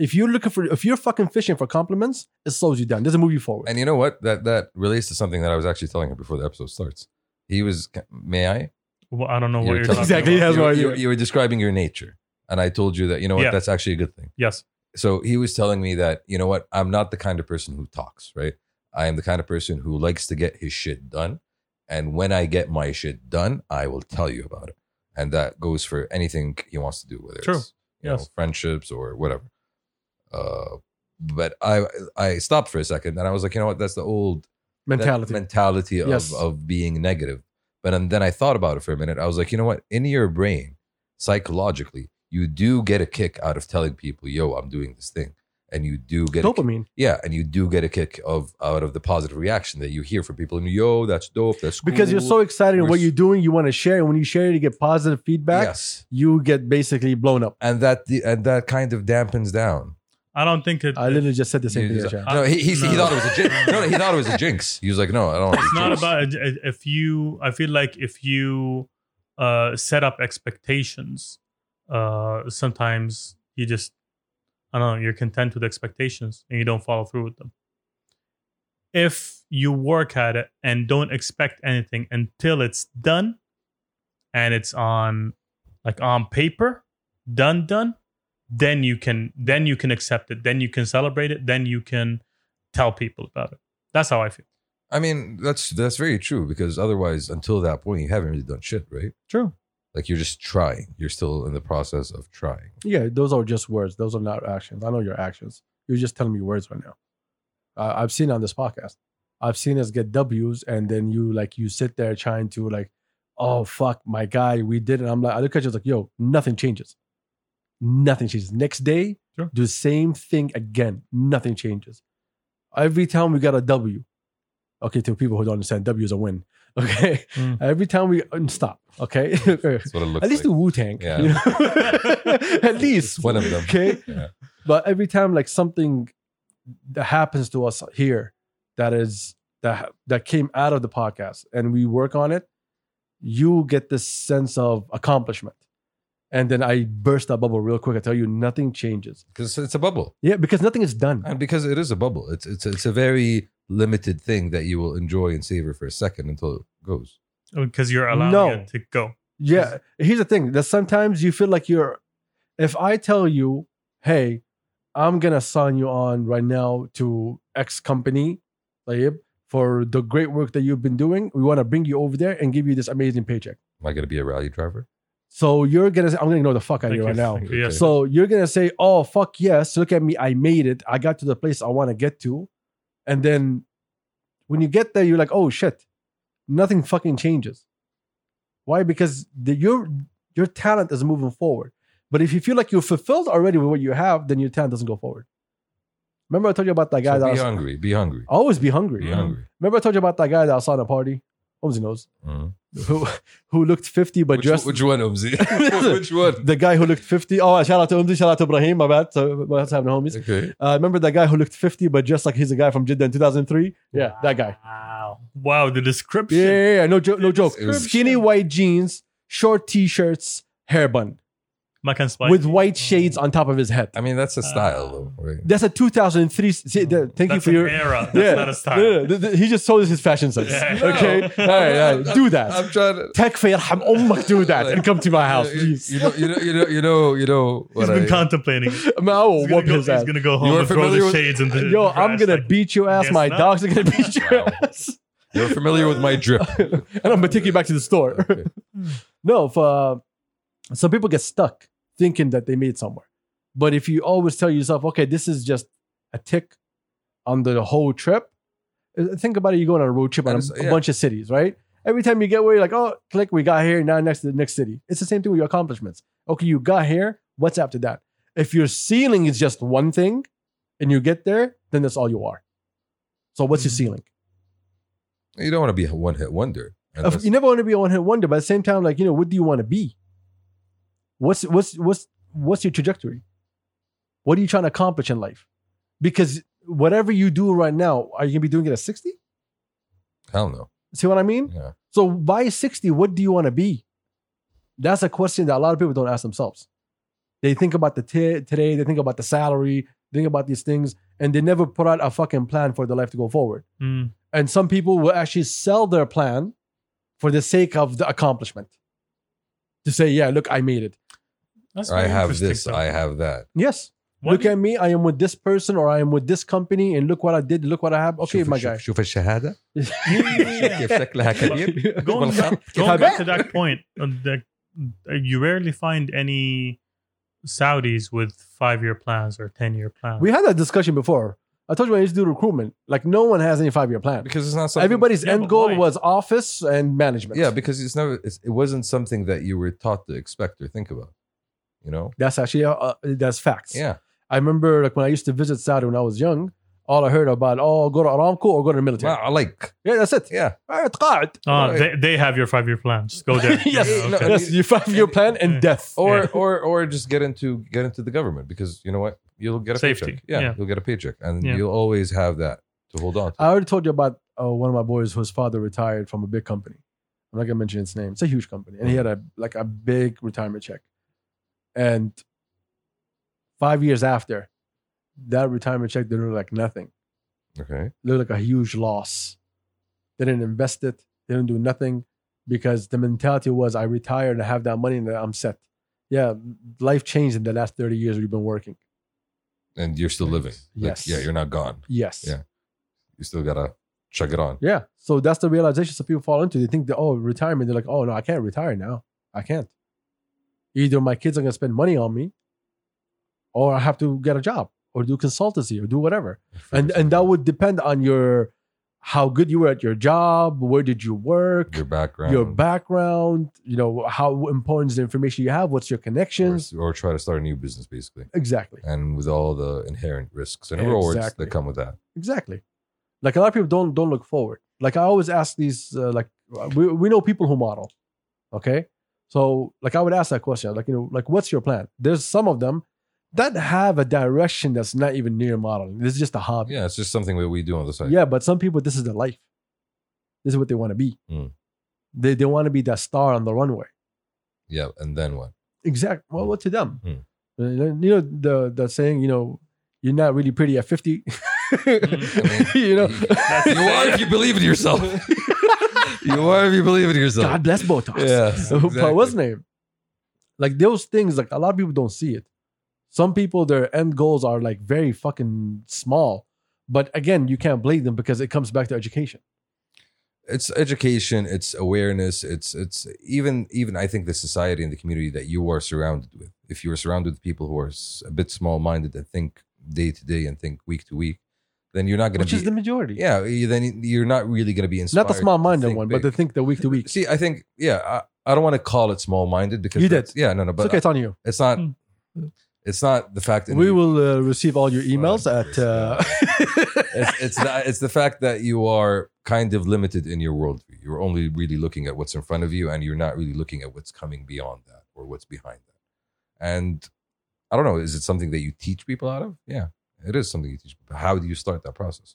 Speaker 1: if you're looking for if you're fucking fishing for compliments it slows you down doesn't move you forward
Speaker 2: And you know what? That that relates to something that I was actually telling her before the episode starts. He was, may I?
Speaker 3: Well, I don't know
Speaker 2: You
Speaker 3: what
Speaker 2: were telling-
Speaker 3: you're talking
Speaker 1: Exactly,
Speaker 3: about.
Speaker 1: That's
Speaker 2: you,
Speaker 1: what I
Speaker 2: you-
Speaker 1: do.
Speaker 2: you were describing your nature, and I told you that you know what?
Speaker 3: Yeah.
Speaker 2: That's actually a good thing.
Speaker 3: Yes.
Speaker 2: so he was telling me that you know what i'm not the kind of person who talks right i am the kind of person who likes to get his shit done and when i get my shit done i will tell you about it and that goes for anything he wants to do whether
Speaker 3: True.
Speaker 2: it's you know
Speaker 3: Yes.
Speaker 2: friendships or whatever uh but i i stopped for a second and i was like you know what that's the old that
Speaker 1: mentality
Speaker 2: mentality of,
Speaker 1: Yes.
Speaker 2: of being negative. But and then I thought about it for a minute. I was like, you know what? In your brain, psychologically, you do get a kick out of telling people, "Yo, I'm doing this thing," and you do get a kick,
Speaker 1: dopamine
Speaker 2: yeah, and you do get a kick of out of the positive reaction that you hear from people. And yo, that's dope. That's cool.
Speaker 1: because you're so excited in
Speaker 2: We're
Speaker 1: what
Speaker 2: s-
Speaker 1: you're doing you want to share and when you share it you get positive feedback
Speaker 2: yes,
Speaker 1: you get basically blown up
Speaker 2: and that the, and that kind of dampens down.
Speaker 3: I don't think it,
Speaker 1: i literally just said the same
Speaker 2: You
Speaker 1: thing
Speaker 2: just-
Speaker 1: Ashad.
Speaker 2: no, he, he, he
Speaker 3: No.
Speaker 2: thought it was a jinx. No, no, he thought it was a jinx. He was like, no, I don't.
Speaker 3: it's not about if you i feel like if you uh set up expectations uh sometimes you just i don't know you're content with expectations and you don't follow through with them if you work at it and don't expect anything until it's done and it's on like on paper done done then you can then you can accept it then you can celebrate it then you can tell people about it that's how i feel
Speaker 2: I mean, that's that's very true because otherwise, until that point, you haven't really done shit, right?
Speaker 3: true
Speaker 2: like you're just trying you're still in the process of trying
Speaker 1: Yeah, those are just words. Those are not actions. I know your actions. You're just telling me words right now. Uh, I've seen it on this podcast. I've seen us get W's, and then you like you sit there trying to like, oh fuck, my guy, we did it. I'm like, I look at you it's like, yo, nothing changes. Nothing changes. Next day,
Speaker 3: Sure.
Speaker 1: do the same thing again. Nothing changes. Every time we got a W. Okay, to people who don't understand, W is a win. [LAUGHS] Okay,
Speaker 3: Mm.
Speaker 1: every time we uh, stop. Okay, [LAUGHS]
Speaker 2: that's what it looks
Speaker 1: at least
Speaker 2: like
Speaker 1: the Wu Tang.
Speaker 2: Yeah.
Speaker 1: [LAUGHS] at least
Speaker 2: One of
Speaker 1: [LAUGHS]
Speaker 2: them.
Speaker 1: Okay.
Speaker 2: Yeah.
Speaker 1: But every time like something that happens to us here that is that that came out of the podcast and we work on it, you get this sense of accomplishment. And then I burst that bubble real quick. I tell you, nothing changes.
Speaker 2: because it's a bubble
Speaker 1: Yeah, because nothing is done.
Speaker 2: and because it is a bubble it's it's it's a very limited thing that you will enjoy and savor for a second until it goes
Speaker 3: because Oh, you're allowing
Speaker 1: No.
Speaker 3: it to go.
Speaker 1: Yeah. Here's the thing that sometimes you feel like you're, if I tell you, hey, I'm going to sign you on right now to X company, طيب, for the great work that you've been doing, we want to bring you over there and give you this amazing paycheck.
Speaker 2: am i going to be a rally driver
Speaker 1: So you're going to say, I'm going to ignore the fuck out of
Speaker 3: Thank
Speaker 1: you right
Speaker 3: you.
Speaker 1: now.
Speaker 3: Thank you. Yes.
Speaker 1: So you're going to say, oh, fuck yes. Look at me. I made it. I got to the place I want to get to. And then when you get there, you're like, oh shit, nothing fucking changes. Why? Because the, your your talent is moving forward. But if you feel like you're fulfilled already with what you have, then your talent doesn't go forward. Remember I told you about that guy
Speaker 2: so
Speaker 1: that I
Speaker 2: be
Speaker 1: was, Mm-hmm.
Speaker 2: hungry be hungry
Speaker 1: always be hungry.
Speaker 2: be hungry
Speaker 1: Remember I told you about that guy that I saw in a party? Omzi
Speaker 2: [LAUGHS]
Speaker 1: knows.
Speaker 2: Mhm.
Speaker 1: Who who looked 50 but
Speaker 2: which,
Speaker 1: dressed
Speaker 2: which one Umzi?
Speaker 1: [LAUGHS]
Speaker 2: [LAUGHS] which one
Speaker 1: the guy who looked 50. Oh, shout out to Umzi, shout out to Ibrahim, my bad. So what's happening, homies?
Speaker 2: okay
Speaker 1: Uh, remember that guy who looked 50 but just like he's a guy from Jeddah in 2003? Yeah, that guy.
Speaker 3: Wow. Wow, the description.
Speaker 1: Yeah, yeah, yeah. No, jo- no joke.
Speaker 2: It was-
Speaker 1: Skinny white jeans, short t shirts, hair bun
Speaker 3: Mac and Spike.
Speaker 1: with white shades on top of his head.
Speaker 2: i mean that's a style though right
Speaker 1: That's a 2003. See, the, thank you
Speaker 3: That's
Speaker 1: for your.
Speaker 3: an
Speaker 1: [LAUGHS]
Speaker 3: era. That's not a style.
Speaker 1: No, no, no. Th- th- He just told us his fashion sense. [LAUGHS]
Speaker 3: Yeah.
Speaker 1: Okay.
Speaker 3: No.
Speaker 1: All right, all right. Do that.
Speaker 3: [LAUGHS]
Speaker 2: i'm trying to
Speaker 1: تكفى يرحم أمك do that and come to my house,
Speaker 2: you,
Speaker 1: please.
Speaker 2: you know you know you know you know you
Speaker 1: [LAUGHS]
Speaker 2: know
Speaker 3: He's
Speaker 2: what
Speaker 3: been
Speaker 2: I-
Speaker 3: contemplating. He's
Speaker 1: I mean, I will
Speaker 3: gonna,
Speaker 1: whoop
Speaker 3: go,
Speaker 1: his
Speaker 3: he's
Speaker 1: ass.
Speaker 3: gonna go
Speaker 2: You
Speaker 3: home
Speaker 2: are
Speaker 3: and throw the
Speaker 2: familiar with-
Speaker 3: shades into the
Speaker 1: Yo, I'm
Speaker 3: trash,
Speaker 1: gonna
Speaker 3: like,
Speaker 1: beat your ass.
Speaker 3: guess
Speaker 1: My
Speaker 3: not.
Speaker 1: dog's gonna beat your ass.
Speaker 2: you're familiar with my drip
Speaker 1: [LAUGHS] and I'm gonna take you back to the store.
Speaker 2: Okay.
Speaker 1: No, if, uh, some people get stuck thinking that they made somewhere. But if you always tell yourself, okay, this is just a tick on the whole trip, uh, think about it. You're going on a road trip on a,
Speaker 2: Honestly,
Speaker 1: a
Speaker 2: yeah.
Speaker 1: bunch of cities, right? Every time you get where you're like, oh, click, we got here, now next to the next city. It's the same thing with your accomplishments. Okay, you got here, what's after that? If your ceiling is just one thing and you get there, then that's all you are. So what's your
Speaker 3: Mhm.
Speaker 1: ceiling?
Speaker 2: you don't want to be a one-hit wonder And
Speaker 1: Of-
Speaker 2: that's-
Speaker 1: you never want to be a one hit wonder, but at the same time, like you know, what do you want to be? What's what's what's what's your trajectory? What are you trying to accomplish in life? Because whatever you do right now, are you gonna be doing it at 60?
Speaker 2: Hell no.
Speaker 1: See what I mean?
Speaker 2: Yeah.
Speaker 1: So by 60, what do you want to be? That's a question that a lot of people don't ask themselves. They think about the t- today, they think about the salary, they think about these things, and they never put out a fucking plan for their life to go forward.
Speaker 3: Mm.
Speaker 1: And some people will actually sell their plan for the sake of the accomplishment. To say, yeah, look, I made it.
Speaker 3: That's
Speaker 2: I
Speaker 3: very
Speaker 2: have
Speaker 3: interesting,
Speaker 2: this.
Speaker 3: though.
Speaker 2: I have that.
Speaker 1: Yes.
Speaker 3: What
Speaker 1: look
Speaker 3: do you-
Speaker 1: at me. I am with this person or I am with this company and look what I did. Look what I have. Okay,
Speaker 2: شوف-
Speaker 1: my
Speaker 2: شوف-
Speaker 1: guy.
Speaker 2: شوف الشهادة
Speaker 3: [LAUGHS]
Speaker 1: [LAUGHS]
Speaker 3: Yeah.
Speaker 2: كيف شكلها كبير
Speaker 3: going
Speaker 2: [LAUGHS]
Speaker 3: back,
Speaker 1: Yeah.
Speaker 3: going back to that point, uh, the, uh, you rarely find any Saudis with five year plans or 10 year plans.
Speaker 1: we had that discussion before. I told you I used to do recruitment. Like no one has any five year plan.
Speaker 2: because it's
Speaker 3: [LAUGHS]
Speaker 2: not something
Speaker 1: Everybody's
Speaker 3: Yeah,
Speaker 1: end
Speaker 3: but
Speaker 1: goal
Speaker 3: why?
Speaker 1: was office and management.
Speaker 2: Yeah, because it's never it's, it wasn't something that you were taught to expect or think about. You know?
Speaker 1: that's actually uh, uh, that's facts.
Speaker 2: Yeah.
Speaker 1: I remember like when I used to visit Saudi when I was young. All I heard about oh go to Aramco or go to the military.
Speaker 2: Wow, I like
Speaker 1: Yeah, that's it.
Speaker 2: yeah.
Speaker 1: Ah, اتقاعد.
Speaker 3: Uh, they, they have your five year plans. Just [LAUGHS] go there.
Speaker 1: [LAUGHS] yes,
Speaker 3: Yeah,
Speaker 2: no,
Speaker 3: okay.
Speaker 1: yes, your five year plan and
Speaker 3: Yeah.
Speaker 1: death.
Speaker 2: Or
Speaker 3: Yeah.
Speaker 2: or or just get into get into the government because you know what? You'll get a
Speaker 3: Safety,
Speaker 2: paycheck. Yeah,
Speaker 3: yeah.
Speaker 2: you'll get a paycheck. And
Speaker 3: Yeah.
Speaker 2: you'll always have that to hold on to.
Speaker 1: I already told you about uh, one of my boys whose father retired from a big company. I'm not gonna mention its name. It's a huge company, and he had a like a big retirement check. And five years after, that retirement check didn't look like nothing.
Speaker 2: okay.
Speaker 1: looked like a huge loss. They didn't invest it. They didn't do nothing because the mentality was, I retired and I have that money and I'm set. Yeah, life changed in the last 30 years we've been working.
Speaker 2: And you're still living. Like,
Speaker 1: Yes.
Speaker 2: yeah, you're not gone.
Speaker 1: Yes.
Speaker 2: Yeah. You still gotta chug it on.
Speaker 1: Yeah. So that's the realization some people fall into. They think that, oh, retirement. They're like, oh, no, I can't retire now. I can't. Either my kids are going to spend money on me or I have to get a job or do consultancy or do whatever. and and that would depend on your how good you were at your job where did you work
Speaker 2: your
Speaker 1: your
Speaker 2: background
Speaker 1: background, you know how important is the information you have what's your
Speaker 2: or,
Speaker 1: connections
Speaker 2: or try to start a new business basically.
Speaker 1: exactly
Speaker 2: And with all the inherent risks and rewards
Speaker 1: Exactly.
Speaker 2: that come with that.
Speaker 1: exactly like a lot of people don't don't look forward like i always ask these uh, like we, we know people who model okay so like i would ask that question like you know like what's your plan there's some of them that have a direction that's not even near modeling this is just a hobby
Speaker 2: Yeah, it's just something that we do on the side.
Speaker 1: Yeah, but some people, this is their life. This is what they want to be.
Speaker 2: Mm.
Speaker 1: They they want to be that star on the runway.
Speaker 2: Yeah, and then
Speaker 1: [LAUGHS]
Speaker 2: what?
Speaker 1: Exactly. Well,
Speaker 2: Mm.
Speaker 1: what to them?
Speaker 2: Mm.
Speaker 1: And then, You know the the saying. You know, you're not really pretty at fifty. [LAUGHS]
Speaker 2: Mm,
Speaker 1: you
Speaker 2: [LAUGHS]
Speaker 1: know,
Speaker 2: you are if you believe in
Speaker 1: [LAUGHS]
Speaker 2: yourself. you are if you believe in yourself.
Speaker 1: God bless Botox. [LAUGHS]
Speaker 2: Yes,
Speaker 1: But
Speaker 2: exactly.
Speaker 1: what's name? Like those things. Like a lot of people don't see it. Some people, their end goals are like very fucking small. But again, you can't blame them because it comes back to education.
Speaker 2: It's education. It's awareness. It's it's even even I think the society and the community that you are surrounded with. If you are surrounded with people who are s- a bit small minded and think day to day and think week to week, then you're not going
Speaker 1: Which
Speaker 2: to
Speaker 1: is
Speaker 2: be.
Speaker 1: the majority.
Speaker 2: yeah, you, then you're not really going to be inspired.
Speaker 1: Not the small
Speaker 2: to
Speaker 1: minded
Speaker 2: think
Speaker 1: one,
Speaker 2: big.
Speaker 1: but they think the week to week.
Speaker 2: see, I think yeah, I, I don't want to call it small minded because
Speaker 1: You
Speaker 2: that's- Yeah, no, no,
Speaker 1: It's
Speaker 2: [LAUGHS] but uh,
Speaker 1: okay, it's on you.
Speaker 2: it's not.
Speaker 3: Hmm.
Speaker 2: It's not the fact. that
Speaker 1: We
Speaker 2: you-
Speaker 1: will uh, receive all your emails
Speaker 2: Fuck
Speaker 1: at.
Speaker 2: this
Speaker 1: Uh,
Speaker 2: [LAUGHS] it's it's the, it's the fact that you are kind of limited in your worldview. You're only really looking at what's in front of you, and you're not really looking at what's coming beyond that or what's behind that. And I don't know, is it something that you teach people out of? Yeah, it is something you teach. People. How do you start that process?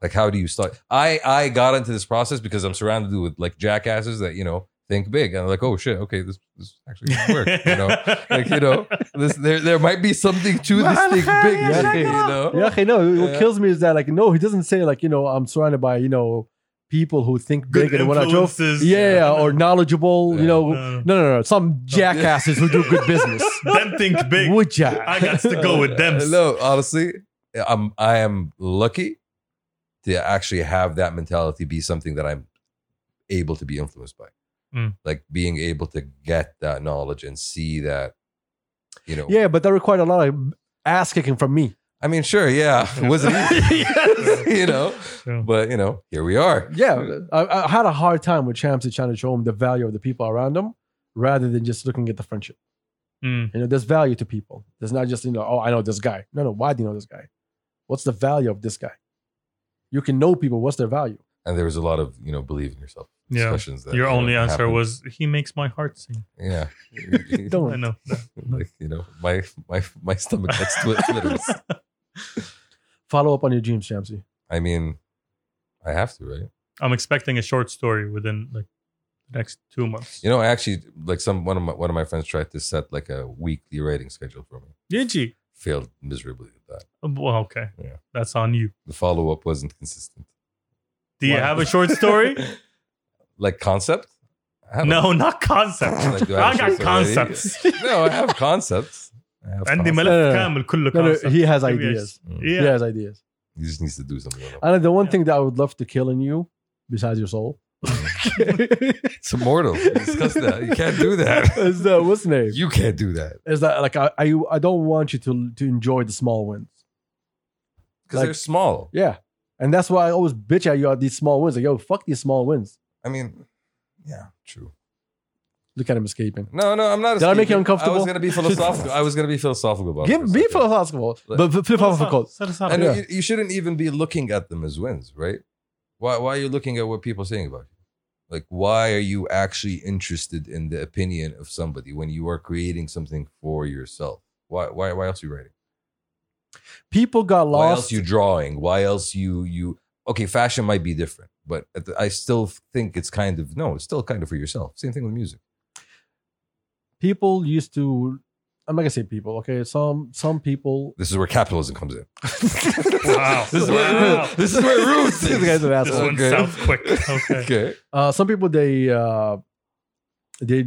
Speaker 2: Like, how do you start? I I got into this process because I'm surrounded with like jackasses that you know think big, and like, oh shit, okay, this this actually works. You know, like you know, this there there might be something to this thing big.
Speaker 1: Yeah.
Speaker 2: you know,
Speaker 1: [LAUGHS] yeah, okay, no. What
Speaker 2: Yeah.
Speaker 1: kills me is that, like, no, he doesn't say, like, you know, I'm surrounded by, you know, people who think
Speaker 3: Good
Speaker 1: big and what I drove.
Speaker 3: influences.
Speaker 1: Yeah, yeah, or knowledgeable, you
Speaker 2: Yeah.
Speaker 1: know.
Speaker 3: No.
Speaker 1: [LAUGHS] No, no, no. Some jackasses who do good
Speaker 3: [LAUGHS]
Speaker 1: business.
Speaker 3: them think big.
Speaker 1: Would ya?
Speaker 3: I got to go with them.
Speaker 2: [LAUGHS] No, honestly, I'm I am lucky to actually have that mentality be something that I'm able to be influenced by.
Speaker 3: Mm.
Speaker 2: Like being able to get that knowledge and see that, you know.
Speaker 1: Yeah, but that required a lot of ass kicking from me.
Speaker 2: I mean, sure, yeah. [LAUGHS] It wasn't
Speaker 3: [LAUGHS]
Speaker 2: easy. [LAUGHS] you know.
Speaker 3: True.
Speaker 2: But you know, here we are.
Speaker 1: Yeah, I, I had a hard time with Champs and trying to show him the value of the people around him rather than just looking at the friendship.
Speaker 3: Mm.
Speaker 1: You know, there's value to people. There's not just, you know, oh, I know this guy. No, no, why do you know this guy? What's the value of this guy? You can know people. What's their value?
Speaker 2: and there was a lot of you know believe in yourself
Speaker 3: Yeah.
Speaker 2: discussions. That
Speaker 3: Your
Speaker 2: you know,
Speaker 3: only answer
Speaker 2: happened.
Speaker 3: was he makes my heart sing. [LAUGHS]
Speaker 2: yeah. [LAUGHS]
Speaker 1: Don't.
Speaker 3: I know.
Speaker 2: like you know my my my stomach gets
Speaker 3: [LAUGHS]
Speaker 2: twi- flitters.
Speaker 1: Follow up on your dreams, Shamsi.
Speaker 2: I mean, I have to right.
Speaker 3: I'm expecting a short story within like the next two months.
Speaker 2: You know, I actually like some one of my one of my friends tried to set like a weekly writing schedule for me.
Speaker 3: Did you? Um,
Speaker 2: Failed miserably at that.
Speaker 3: Well, okay.
Speaker 2: Yeah.
Speaker 3: That's on you.
Speaker 2: The follow up wasn't consistent.
Speaker 3: Do you
Speaker 1: Wow.
Speaker 3: have a
Speaker 2: [LAUGHS]
Speaker 3: short story?
Speaker 2: Like concept? I have
Speaker 3: no, not concepts.
Speaker 2: Like, do I
Speaker 3: I
Speaker 2: have a short
Speaker 3: got
Speaker 2: story?
Speaker 3: [LAUGHS] concepts.
Speaker 2: a- [LAUGHS] no, I have concepts. I have concepts.
Speaker 3: عندي
Speaker 1: No, no,
Speaker 3: ملف
Speaker 1: no.
Speaker 3: كامل كله
Speaker 1: Uh, No, no,
Speaker 3: concepts.
Speaker 1: he has
Speaker 3: Maybe I
Speaker 1: ideas.
Speaker 2: Mm.
Speaker 3: Yeah.
Speaker 1: He has ideas.
Speaker 2: He just needs to do something. With it.
Speaker 1: And the one
Speaker 3: Yeah.
Speaker 1: thing that I would love to kill in you, besides your
Speaker 3: [LAUGHS]
Speaker 1: soul, [LAUGHS]
Speaker 2: It's immortal. We discussed that. You can't do that.
Speaker 1: [LAUGHS] is that what's the name?
Speaker 2: You can't do that
Speaker 1: Is that like I, I I don't want you to to enjoy the small wins.
Speaker 2: because
Speaker 1: Like-
Speaker 2: they're small.
Speaker 1: Yeah, and that's why I always bitch at you at these small wins. Like yo, fuck these small wins.
Speaker 2: I mean, yeah, true.
Speaker 1: Look at him escaping.
Speaker 2: No, no, I'm not.
Speaker 1: Did I make you
Speaker 2: escaping. I
Speaker 1: uncomfortable?
Speaker 2: was gonna be philosophical. I was gonna be philosophical about it.
Speaker 1: Give
Speaker 2: for a
Speaker 1: be
Speaker 2: second.
Speaker 1: philosophical,
Speaker 2: Like-
Speaker 1: but but philosophical.
Speaker 3: Set us up.
Speaker 2: And
Speaker 1: Yeah.
Speaker 2: you, you shouldn't even be looking at them as wins, right? Why, why are you looking at what people are saying about you? Like, why are you actually interested in the opinion of somebody when you are creating something for yourself? Why, why, why else are you writing?
Speaker 1: People got
Speaker 2: Why else
Speaker 1: lost.
Speaker 2: you drawing? Why else you you? Okay, fashion might be different, but at the- I still think it's kind of no, it's still kind of for yourself. Same thing with music.
Speaker 1: People used to. I'm not gonna say people. Okay, some some people.
Speaker 2: This is where capitalism comes in.
Speaker 3: [LAUGHS] Wow.
Speaker 2: [LAUGHS] This is where
Speaker 3: Wow.
Speaker 2: this is where it
Speaker 1: [LAUGHS]
Speaker 2: roots.
Speaker 1: This
Speaker 2: is.
Speaker 1: guy's an
Speaker 3: This
Speaker 1: asshole.
Speaker 3: one
Speaker 2: Okay.
Speaker 3: sounds
Speaker 2: [LAUGHS]
Speaker 3: quick. Okay.
Speaker 2: Okay.
Speaker 1: Uh, some people they uh, they.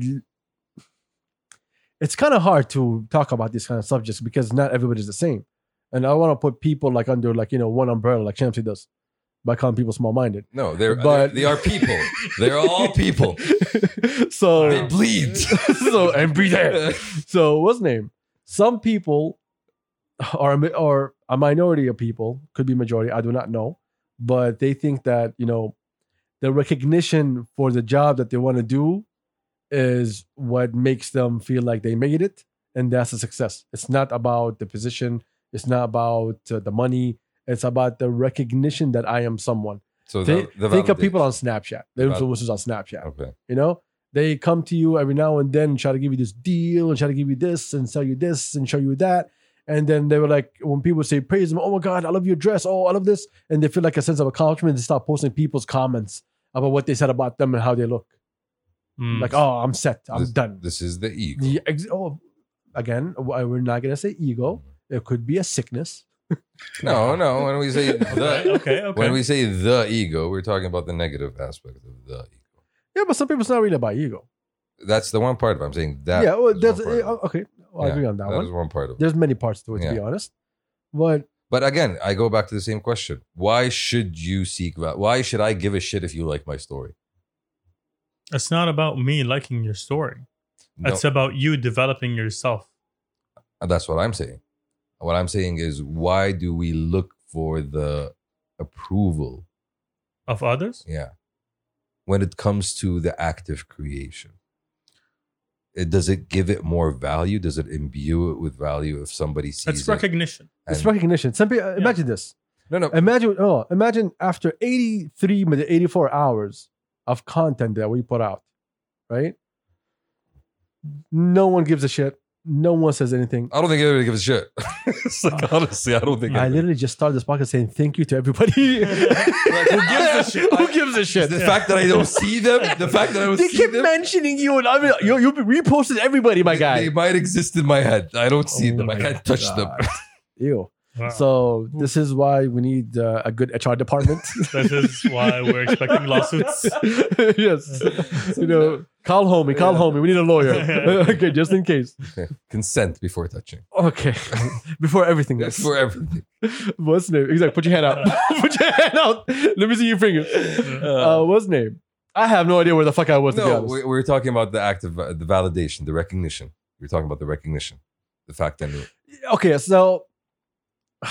Speaker 1: It's kind of hard to talk about these kind of subjects because not everybody's the same, and I want to put people like under like you know one umbrella like Shamsi does, by calling people small minded.
Speaker 2: No, they're,
Speaker 1: But-
Speaker 2: they are people. They're all people.
Speaker 1: [LAUGHS] so
Speaker 2: [LAUGHS] They
Speaker 1: [LAUGHS]
Speaker 2: bleed.
Speaker 1: so and be there. So what's the name? Some people are a mi- or a minority of people could be majority. I do not know, but they think that you know the recognition for the job that they want to do is what makes them feel like they made it, and that's a success. It's not about the position. It's not about uh, the money. It's about the recognition that I am someone.
Speaker 2: So
Speaker 1: Think,
Speaker 2: the, the
Speaker 1: think of people on
Speaker 2: validation.
Speaker 1: Snapchat, the
Speaker 2: The valid-
Speaker 1: influencers on Snapchat.
Speaker 2: Okay.
Speaker 1: You know, they come to you every now and then, try to give you this deal and try to give you this and sell you this and show you that. And then they were like, when people say praise them, oh my God, I love your dress. Oh, I love this. And they feel like a sense of accomplishment. They start posting people's comments about what they said about them and how they look.
Speaker 3: Mm.
Speaker 1: Like, oh, I'm set. I'm
Speaker 2: This-
Speaker 1: done.
Speaker 2: This is the ego.
Speaker 1: Yeah, ex- oh, again, w- we're not going to say ego. It could be a sickness.
Speaker 2: No, no. When
Speaker 1: [LAUGHS]
Speaker 2: we say
Speaker 3: Okay.
Speaker 2: the,
Speaker 3: Okay. Okay.
Speaker 2: when we say the ego, we're talking about the negative aspect of the ego.
Speaker 1: Yeah, but some people, it's not really about ego.
Speaker 2: That's the one part of it. I'm saying that.
Speaker 1: yeah, well,
Speaker 2: is
Speaker 1: that's,
Speaker 2: one part of it.
Speaker 1: uh, okay. I
Speaker 2: Yeah,
Speaker 1: agree on that,
Speaker 2: That
Speaker 1: one.
Speaker 2: is one part of it.
Speaker 1: There's many parts to it, to
Speaker 2: Yeah.
Speaker 1: be honest. But
Speaker 2: But again, I go back to the same question. Why should you seek that? Why should I give a shit if you like my story?
Speaker 3: it's not about me liking your story.
Speaker 2: No,
Speaker 3: It's about you developing yourself.
Speaker 2: that's what I'm saying. What I'm saying is, why do we look for the approval
Speaker 3: Of others?
Speaker 2: Yeah. When it comes to the act of creation, it, does it give it more value? Does it imbue it with value if somebody sees it?
Speaker 3: It's recognition.
Speaker 1: it's
Speaker 2: and-
Speaker 1: recognition. Some people, imagine this.
Speaker 2: no, no.
Speaker 1: Imagine, oh, imagine after 83, maybe 84 hours of content that we put out, right? No one gives a shit. No one says anything.
Speaker 2: I don't think anybody gives a shit. [LAUGHS] it's like, honestly, I don't think.
Speaker 1: Oh. I
Speaker 2: anybody-
Speaker 1: literally just started this podcast saying thank you to everybody.
Speaker 2: [LAUGHS] Like, who gives a shit?
Speaker 1: Who gives a shit?
Speaker 2: The fact that
Speaker 1: [LAUGHS]
Speaker 2: I don't see them, the fact that I don't
Speaker 1: They
Speaker 2: see
Speaker 1: keep
Speaker 2: them,
Speaker 1: mentioning you, and I mean, you, you reposted everybody, my
Speaker 2: they-
Speaker 1: guy.
Speaker 2: They, might exist in my head. I don't see
Speaker 1: Oh
Speaker 2: them. I
Speaker 1: my
Speaker 2: can't touch them.
Speaker 1: God. Ew.
Speaker 3: Wow.
Speaker 1: So this is why we need uh, a good HR
Speaker 2: [LAUGHS]
Speaker 1: department.
Speaker 3: this is why we're expecting lawsuits.
Speaker 1: [LAUGHS] Uh, yes.
Speaker 2: [LAUGHS]
Speaker 1: you know, call homie, call
Speaker 2: Yeah.
Speaker 1: homie. We need a lawyer.
Speaker 2: [LAUGHS]
Speaker 1: [LAUGHS] okay, just in case.
Speaker 2: Consent before touching.
Speaker 1: Okay. [LAUGHS] Before everything else.
Speaker 2: For everything.
Speaker 1: [LAUGHS] What's name? Exactly. Put your hand out. Put your hand out. Let me see your fingers. Uh, what's name? I have no idea where the fuck I was. to be
Speaker 2: no,
Speaker 1: honest.
Speaker 2: we, we're talking about the act of the validation, the recognition. We're talking about the recognition, the fact that
Speaker 1: okay, so [SIGHS]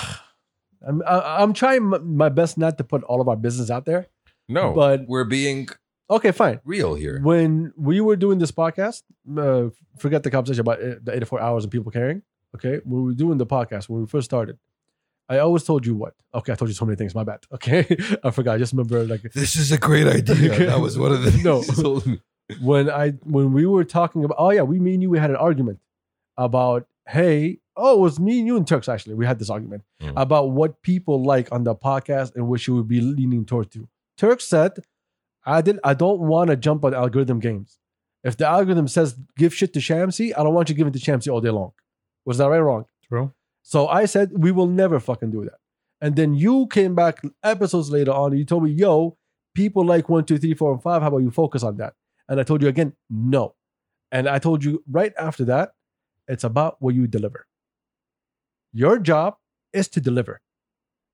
Speaker 1: I'm I- I'm trying m- my best not to put all of our business out there.
Speaker 2: no,
Speaker 1: But-
Speaker 2: we're being
Speaker 1: Okay, fine.
Speaker 2: real here.
Speaker 1: When we were doing this podcast, uh, forget the conversation about uh, the 84 hours and people caring. Okay, when we were doing the podcast, when we first started, I always told you what. Okay, I told you so many things. My bad. Okay, [LAUGHS] I forgot. I just remember like
Speaker 2: This is a great
Speaker 1: [LAUGHS]
Speaker 2: idea. That was one of the
Speaker 1: No.
Speaker 2: things he told me.
Speaker 1: when I when we were talking about oh yeah, we me and you we had an argument about hey oh it was me and you and Turks actually we had this argument
Speaker 2: Mhm.
Speaker 1: about what people like on the podcast and which you would be leaning towards to. Turks said, I did I don't want to jump on algorithm games. If the algorithm says give shit to Shamsi, I don't want you giving to Shamsi all day long. Was that right or wrong?
Speaker 3: True.
Speaker 1: So I said we will never fucking do that. And then you came back episodes later on and you told me, yo, people like one, two, three, four, and five. How about you focus on that? And I told you again, no. And I told you right after that, it's about what you deliver. Your job is to deliver.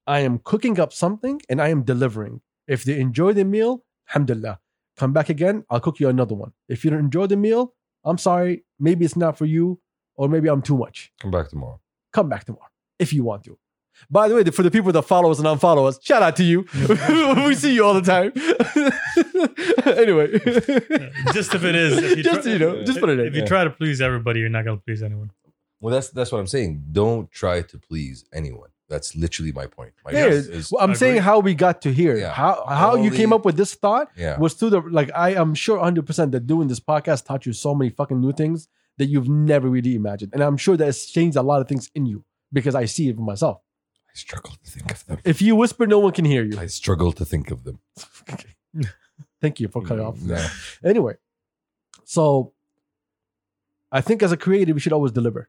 Speaker 1: I am cooking up something and I am delivering. If they enjoy the meal, alhamdulillah. Come back again, I'll cook you another one. If you don't enjoy the meal, I'm sorry, maybe it's not for you, or maybe I'm too much.
Speaker 2: Come back tomorrow.
Speaker 1: Come back tomorrow if you want to. By the way, for the people that follow us and unfollow us, shout out to you. [LAUGHS] we see you all the time. [LAUGHS] anyway.
Speaker 3: just if it is,
Speaker 1: [LAUGHS]
Speaker 3: if
Speaker 1: Just, you know, just put it in,
Speaker 3: If you
Speaker 1: yeah.
Speaker 3: try to please everybody, you're not gonna please anyone.
Speaker 2: Well, that's that's what I'm saying. Don't try to please anyone. That's literally my point. My
Speaker 1: Yeah,
Speaker 2: point
Speaker 1: yeah. Well, I'm
Speaker 3: [LAUGHS] I
Speaker 1: saying
Speaker 3: agree.
Speaker 1: how we got to here.
Speaker 2: Yeah.
Speaker 1: How how you
Speaker 2: Only-
Speaker 1: came up with this thought
Speaker 2: yeah.
Speaker 1: was through the like I am sure 100 percent that doing this podcast taught you so many fucking new things that you've never really imagined, and I'm sure that it's changed a lot of things in you because I see it for myself.
Speaker 2: I struggle to think of them.
Speaker 1: If you whisper, no one can hear you.
Speaker 2: I struggle to think of them.
Speaker 1: [LAUGHS]
Speaker 2: Mm,
Speaker 1: Thank you
Speaker 3: [LAUGHS]
Speaker 1: for cutting off.
Speaker 2: Yeah.
Speaker 1: Anyway, so I think as a creative, you should always deliver.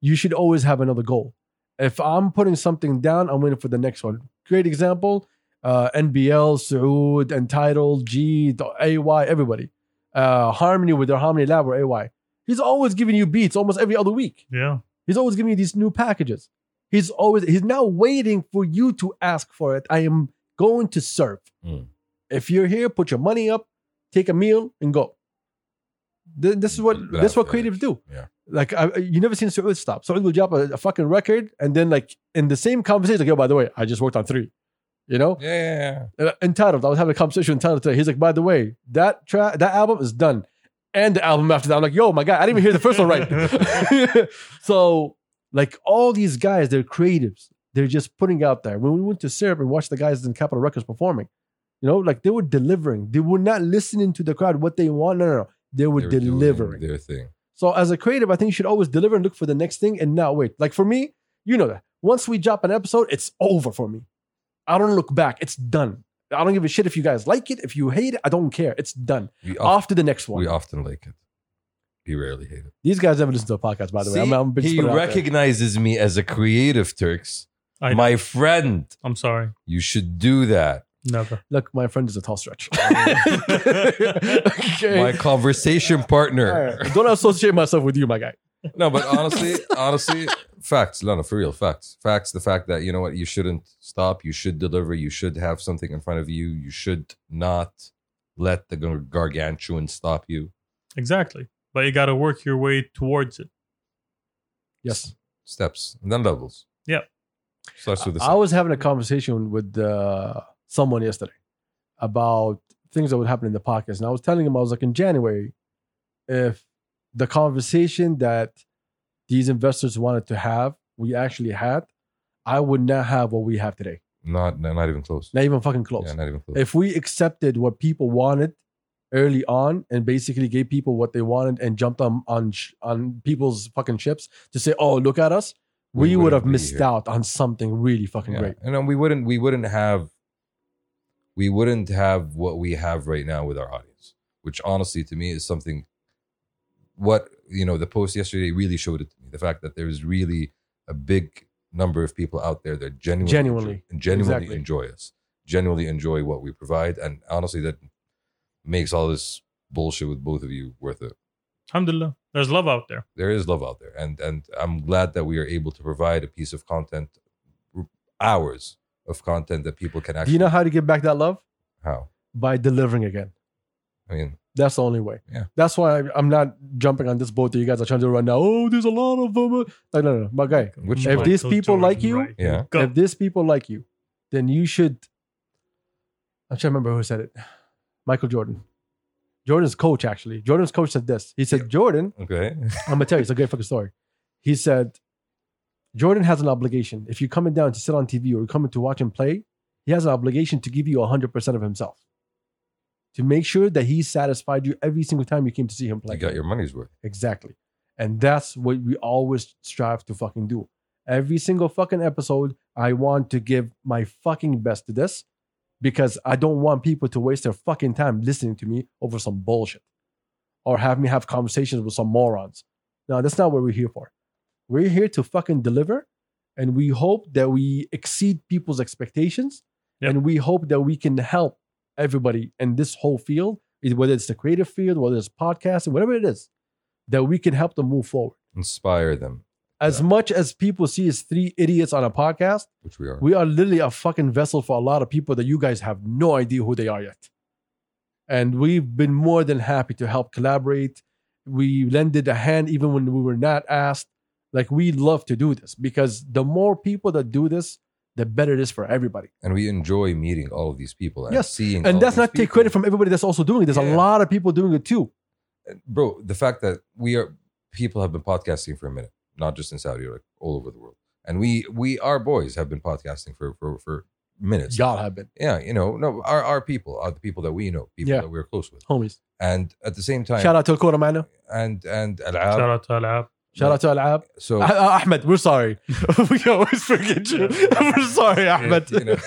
Speaker 1: You should always have another goal. If I'm putting something down, I'm waiting for the next one. Great example: uh, NBL, Saud, Entitled, G, the AY, everybody. Uh, Harmony with their Harmony Lab or AY. He's always giving you beats almost every other week.
Speaker 3: Yeah.
Speaker 1: He's always giving you these new packages. He's always he's now waiting for you to ask for it. I am going to serve.
Speaker 2: Mm.
Speaker 1: If you're here, put your money up, take a meal, and go. Th- This is what
Speaker 2: Without
Speaker 1: this is what
Speaker 2: fail.
Speaker 1: creatives do.
Speaker 2: Yeah.
Speaker 1: Like I, I- you never seen Saud stop. Saud will drop a, a fucking record, and then like in the same conversation, like yo, by the way, I just worked on three. You know,
Speaker 2: [LAUGHS] Yeah, yeah, yeah.
Speaker 1: Uh, entitled. I was having a conversation with entitled today. He's like, by the way, that track, that album is done, and the album after that. I'm like, yo, my god, I didn't even hear the first one right
Speaker 2: [LAUGHS]
Speaker 1: [LAUGHS] so like all these guys, they're creatives. They're just putting out there. When we went to Syrup and watched the guys in Capitol Records performing, you know, like they were delivering. They were not listening to the crowd what they want. No, no, no. They were
Speaker 2: They were doing
Speaker 1: delivering.
Speaker 2: their thing.
Speaker 1: So as a creative, I think you should always deliver and look for the next thing and not wait. Like for me, you know that. Once we drop an episode, it's over for me. I don't look back. It's done. I don't give a shit if you guys like it. If you hate it, I don't care. It's done.
Speaker 2: We often,
Speaker 1: Off to the next
Speaker 2: Oh, we
Speaker 1: one.
Speaker 2: often like it. He rarely hate it.
Speaker 1: These guys never listen to a podcast, by the way. I'm, I'm just
Speaker 2: he
Speaker 1: putting it out there.
Speaker 2: recognizes me as a creative, Turks.
Speaker 3: I
Speaker 2: My friend,
Speaker 3: I'm sorry.
Speaker 2: you should do that.
Speaker 3: Never.
Speaker 1: Look, my friend is a tall
Speaker 2: [LAUGHS]
Speaker 1: stretch. [LAUGHS] okay.
Speaker 2: My conversation partner.
Speaker 1: All right. Don't associate myself with you, my guy.
Speaker 2: No, but honestly, honestly, facts. No, no, for real, facts. Facts. The fact that you know what, you shouldn't stop. You should deliver. You should have something in front of you. You should not let the gar- gargantuan stop you.
Speaker 3: Exactly. But you gotta work your way towards it.
Speaker 1: Yes.
Speaker 2: Steps and then levels.
Speaker 3: Yeah.
Speaker 2: Starts with the
Speaker 1: I was having a conversation with uh, someone yesterday about things that would happen in the podcast. And I was telling him, I was like, in January, if the conversation that these investors wanted to have, we actually had, I would not have what we have today.
Speaker 2: not no, not even close.
Speaker 1: Not even fucking close.
Speaker 2: Yeah, not even close.
Speaker 1: if we accepted what people wanted early on and basically gave people what they wanted and jumped on on sh- on people's fucking ships to say, "Oh, look at us," we,
Speaker 2: We
Speaker 1: would
Speaker 2: wouldn't
Speaker 1: have
Speaker 2: be
Speaker 1: missed
Speaker 2: here.
Speaker 1: out on something really fucking
Speaker 2: Yeah.
Speaker 1: great.
Speaker 2: And then we wouldn't we wouldn't have we wouldn't have what we have right now with our audience, which honestly to me is something what you know the post yesterday really showed it to me. The fact that there is really a big number of people out there that genuinely
Speaker 1: Genuinely.
Speaker 2: enjoy, genuinely
Speaker 1: Exactly.
Speaker 2: enjoy us, genuinely enjoy what we provide, and honestly that makes all this bullshit with both of you worth it.
Speaker 3: Alhamdulillah. There's love out there.
Speaker 2: There is love out there, and and I'm glad that we are able to provide a piece of content, hours of content that people can
Speaker 1: Do
Speaker 2: actually
Speaker 1: you know how to get back that love?
Speaker 2: how?
Speaker 1: By delivering again.
Speaker 2: I mean,
Speaker 1: That's the only way.
Speaker 2: Yeah.
Speaker 1: That's why I- I'm not jumping on this boat that you guys are trying to do right now. Oh, there's a lot of them. Like, no, no, no, my guy.
Speaker 2: Which
Speaker 1: If
Speaker 2: one?
Speaker 1: these people like you,
Speaker 2: Yeah.
Speaker 3: Go.
Speaker 1: If there's people like you, then you should. I'm trying to remember who said it. Michael Jordan. Jordan's coach, actually. Jordan's coach said this. He said, Jordan,
Speaker 2: okay,
Speaker 1: I'm going to tell you, it's a great fucking story. He said, Jordan has an obligation. If you're coming down to sit on TV or you're coming to watch him play, he has an obligation to give you 100% of himself. To make sure that he satisfied you every single time you came to see him play.
Speaker 2: [LAUGHS] you got your money's worth.
Speaker 1: Exactly. And that's what we always strive to fucking do. Every single fucking episode, I want to give my fucking best to this because I don't want people to waste their fucking time listening to me over some bullshit or have me have conversations with some morons. No, that's not what we're here for. We're here to fucking deliver and we hope that we exceed people's expectations
Speaker 3: Yep.
Speaker 1: and we hope that we can help everybody in this whole field, whether it's the creative field, whether it's podcasting, whatever it is that we can help them move forward.
Speaker 2: Inspire them,
Speaker 1: As
Speaker 2: Yeah.
Speaker 1: much as people see us three idiots on a podcast,
Speaker 2: which we are.
Speaker 1: we are literally a fucking vessel for a lot of people that you guys have no idea who they are yet. And we've been more than happy to help collaborate. We lended a hand even when we were not asked. Like we love to do this because the more people that do this, the better it is for everybody.
Speaker 2: and we enjoy meeting all of these people and
Speaker 1: Yes.
Speaker 2: seeing.
Speaker 1: And
Speaker 2: all
Speaker 1: that's
Speaker 2: these
Speaker 1: not take
Speaker 2: people.
Speaker 1: credit from everybody that's also doing it. There's
Speaker 2: Yeah.
Speaker 1: a lot of people doing it too.
Speaker 2: bro. The fact that we are people have been podcasting for a minute, not just in Saudi, like all over the world, and we we our boys have been podcasting for for for minutes.
Speaker 1: Y'all have been
Speaker 2: Yeah, you know, no, our our people are the people that we know, people
Speaker 1: Yeah.
Speaker 2: that we're close with,
Speaker 1: homies.
Speaker 2: and at the same time,
Speaker 1: Shout out to Al Quramano.
Speaker 2: and and Al Ab,
Speaker 3: Shout out to Al-Ab.
Speaker 1: Shout out to Al Ab.
Speaker 2: so
Speaker 1: [LAUGHS] Ah- ah, Ahmed, we're
Speaker 3: [LAUGHS]
Speaker 1: sorry. [LAUGHS] we always forget you. [LAUGHS] we're sorry, Ahmed.
Speaker 2: you know.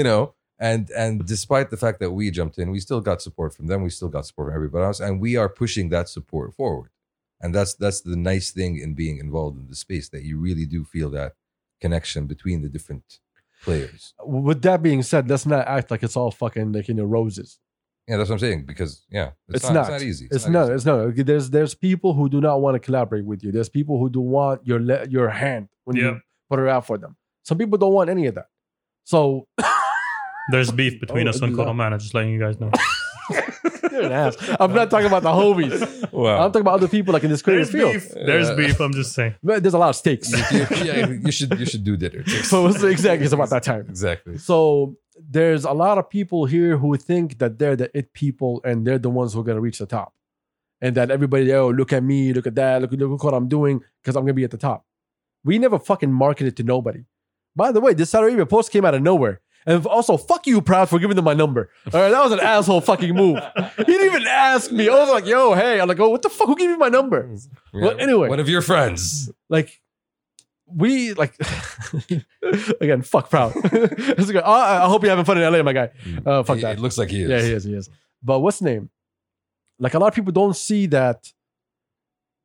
Speaker 2: you know and and despite the fact that we jumped in we still got support from them we still got support from everybody else and we are pushing that support forward and that's that's the nice thing in being involved in the space that you really do feel that connection between the different players
Speaker 1: [LAUGHS] With that being said, let's not act like it's all fucking like you know roses.
Speaker 2: yeah that's what i'm saying because yeah
Speaker 1: It's not.
Speaker 2: it's not easy
Speaker 1: It's not.
Speaker 2: easy.
Speaker 1: It's not. Okay, There's there's people who do not want to collaborate with you. There's people who do want your le- your hand when
Speaker 3: Yeah.
Speaker 1: you put it out for them. Some people don't want any of that. So [LAUGHS]
Speaker 3: There's beef between
Speaker 1: Oh,
Speaker 3: us and
Speaker 1: Allah.
Speaker 3: Coromana, just letting you guys know.
Speaker 1: [LAUGHS] you're an ass. I'm not talking about the
Speaker 3: [LAUGHS]
Speaker 1: homies. I'm
Speaker 2: wow
Speaker 1: talking about other people like in this creative
Speaker 3: There's
Speaker 1: field.
Speaker 3: beef. There's
Speaker 2: Yeah.
Speaker 3: beef. I'm just saying.
Speaker 1: But There's a lot of
Speaker 3: [LAUGHS]
Speaker 1: stakes. [LAUGHS]
Speaker 2: you, yeah, you should you should do dinner
Speaker 1: so it's exactly it's about that time.
Speaker 2: exactly
Speaker 1: So there's a lot of people here who think that they're the it people and they're the ones who are gonna reach the top, and that everybody, oh, look at me, look at that, look look what I'm doing because I'm gonna be at the top. We never fucking marketed to nobody. By the way, this Saudi Arabia post came out of nowhere. And also, fuck you, Proud, for giving them my number. All right, that was an asshole fucking move. He didn't even ask me. I was like, yo, hey. I'm like, oh, what the fuck? Who gave you my number? Well, anyway.
Speaker 2: one of your friends
Speaker 1: like we like [LAUGHS] again fuck proud
Speaker 2: [LAUGHS]
Speaker 1: It's like, oh, i I hope you're having fun in la my guy uh, fuck
Speaker 2: Mm. He-
Speaker 1: that
Speaker 2: it looks like he is
Speaker 1: yeah he is he is but what's the name like a lot of people don't see that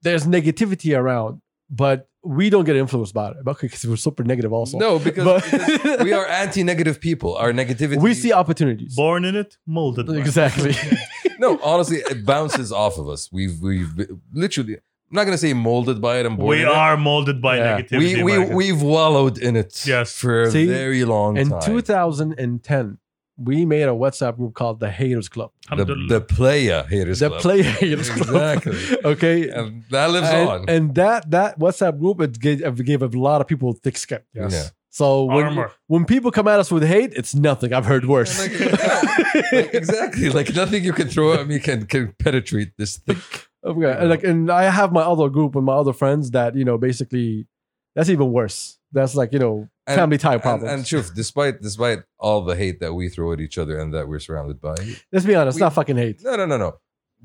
Speaker 1: there's negativity around but we don't get influenced by it because we're super negative also
Speaker 2: no because
Speaker 1: but
Speaker 2: we are anti-negative people. Our negativity.
Speaker 1: [LAUGHS] we see opportunities
Speaker 3: Born in it, molded. by it.
Speaker 2: [LAUGHS]
Speaker 1: exactly
Speaker 2: no. Honestly, it bounces off of us. We've we've literally. I'm not gonna say molded by it and born.
Speaker 3: [LAUGHS] We
Speaker 2: in
Speaker 3: are molded by
Speaker 1: Yeah.
Speaker 2: It.
Speaker 3: negativity.
Speaker 2: We we
Speaker 3: America.
Speaker 2: we've wallowed in it.
Speaker 3: Yes.
Speaker 2: for a
Speaker 1: See,
Speaker 2: very long
Speaker 1: in
Speaker 2: time.
Speaker 1: 2010 we made a whatsapp group called the haters club
Speaker 2: the, the player haters.
Speaker 1: the
Speaker 2: club.
Speaker 1: play haters
Speaker 2: [LAUGHS] Exactly.
Speaker 1: club [LAUGHS] okay
Speaker 2: and that lives on.
Speaker 1: and, and that that WhatsApp group it gave, it gave a lot of people thick skin.
Speaker 2: Yes. Yeah.
Speaker 1: So when,
Speaker 3: Armor.
Speaker 1: when people come at us with hate, it's nothing. I've heard worse.
Speaker 2: Like- Like, exactly, like nothing you can throw at me can can penetrate this thick.
Speaker 1: [LAUGHS] Okay, and like and I have my other group with my other friends that you know basically that's even worse. That's like you know
Speaker 2: And-
Speaker 1: family type
Speaker 2: And,
Speaker 1: problems.
Speaker 2: and Shuf, despite despite all the hate that we throw at each other and that we're surrounded by,
Speaker 1: Let's be honest,
Speaker 2: we-
Speaker 1: not fucking hate.
Speaker 2: no, no, no, no.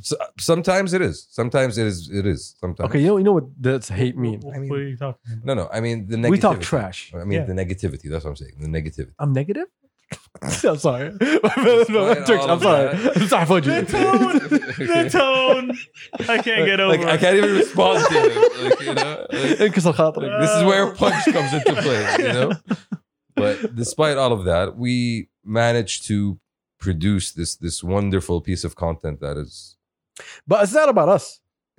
Speaker 2: So, sometimes it is. Sometimes it is. It is. Sometimes.
Speaker 1: Okay, you know you know what that's hate mean.
Speaker 3: What
Speaker 2: I mean-
Speaker 3: are you talking about?
Speaker 2: [LAUGHS] No, no. I mean the negativity.
Speaker 1: We talk trash.
Speaker 2: I mean
Speaker 3: Yeah.
Speaker 2: the negativity. That's what I'm saying. The negativity.
Speaker 1: I'm negative. [LAUGHS] I'm
Speaker 2: [LAUGHS]
Speaker 1: sorry. [LAUGHS] I'm sorry.
Speaker 2: all
Speaker 1: I'm
Speaker 2: of
Speaker 1: sorry.
Speaker 2: that.
Speaker 1: [LAUGHS] I'm sorry for you.
Speaker 2: [LAUGHS]
Speaker 3: The tone. The tone. I can't get over
Speaker 2: Like I can't even respond to it. Like, you
Speaker 3: [LAUGHS]
Speaker 2: know,
Speaker 1: [LAUGHS]
Speaker 2: like,
Speaker 1: انكسر خاطرك.
Speaker 2: like, this is where punch comes into play. You know. But despite all of that, we managed to produce this this wonderful piece of content that is.
Speaker 1: But it's not about us.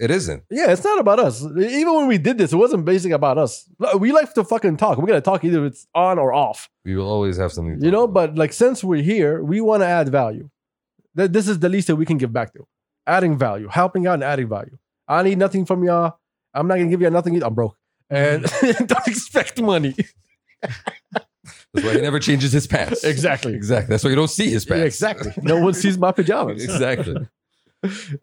Speaker 2: It isn't.
Speaker 1: Yeah, it's not about us. Even when we did this, it wasn't basic about us. Like, We like to fucking talk. We're gonna talk either it's on or off,
Speaker 2: We will always have something. to
Speaker 1: you
Speaker 2: talk
Speaker 1: know.
Speaker 2: about.
Speaker 1: But like since we're here, we want to add value. That this is the least that we can give back to, adding value, helping out, and adding value. I need nothing from y'all. I'm not gonna give you nothing. I'm broke, and [LAUGHS] don't expect money.
Speaker 2: that's why he never changes his
Speaker 1: [LAUGHS]
Speaker 2: pants.
Speaker 1: Exactly.
Speaker 2: Exactly. That's why you don't see his pants.
Speaker 1: Yeah, exactly. No one sees my pajamas. [LAUGHS]
Speaker 2: [LAUGHS] exactly.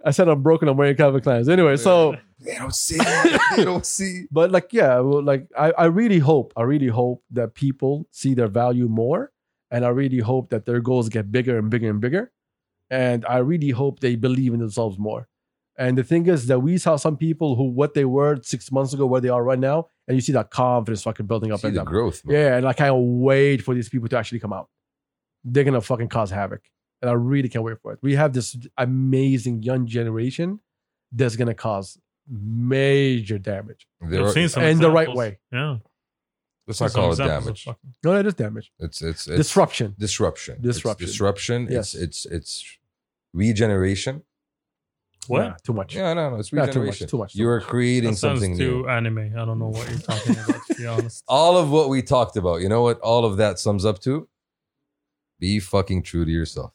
Speaker 1: I said I'm broken. I'm wearing Calvin Klein's. Anyway, so
Speaker 2: They don't see. it. they don't see.
Speaker 1: but like yeah well, like I, I really hope i really hope that people see their value more and i really hope that their goals get bigger and bigger and bigger and i really hope they believe in themselves more and the thing is that we saw some people who what they were six months ago where they are right now and you see that confidence fucking building up
Speaker 2: see
Speaker 1: in
Speaker 2: the
Speaker 1: them
Speaker 2: growth. man.
Speaker 1: yeah and i can't wait for these people to actually come out they're gonna fucking cause havoc and i really can't wait for it we have this amazing young generation that's gonna cause major damage
Speaker 2: There
Speaker 3: I've
Speaker 2: are,
Speaker 3: seen some
Speaker 1: And the right
Speaker 3: examples.
Speaker 1: way.
Speaker 3: Yeah.
Speaker 2: let's not
Speaker 3: Some
Speaker 2: call it
Speaker 3: examples of
Speaker 2: damage.
Speaker 3: fucking-
Speaker 1: No, that is damage.
Speaker 2: It's it's, it's
Speaker 1: Disruption.
Speaker 2: disruption. It's
Speaker 1: Disruption.
Speaker 2: disruption.
Speaker 1: Yes.
Speaker 2: It's it's it's regeneration.
Speaker 3: What?
Speaker 1: Nah, too much.
Speaker 2: Yeah, no, no, it's
Speaker 1: Yeah, too much,
Speaker 2: regeneration.
Speaker 1: too much, too
Speaker 2: you are
Speaker 1: much.
Speaker 2: creating
Speaker 3: That sounds
Speaker 2: something
Speaker 3: too
Speaker 2: new.
Speaker 3: anime. I don't know what you're talking
Speaker 2: [LAUGHS]
Speaker 3: about, to be honest.
Speaker 2: All of what we talked about, you know what? All of that sums up to be fucking true to yourself.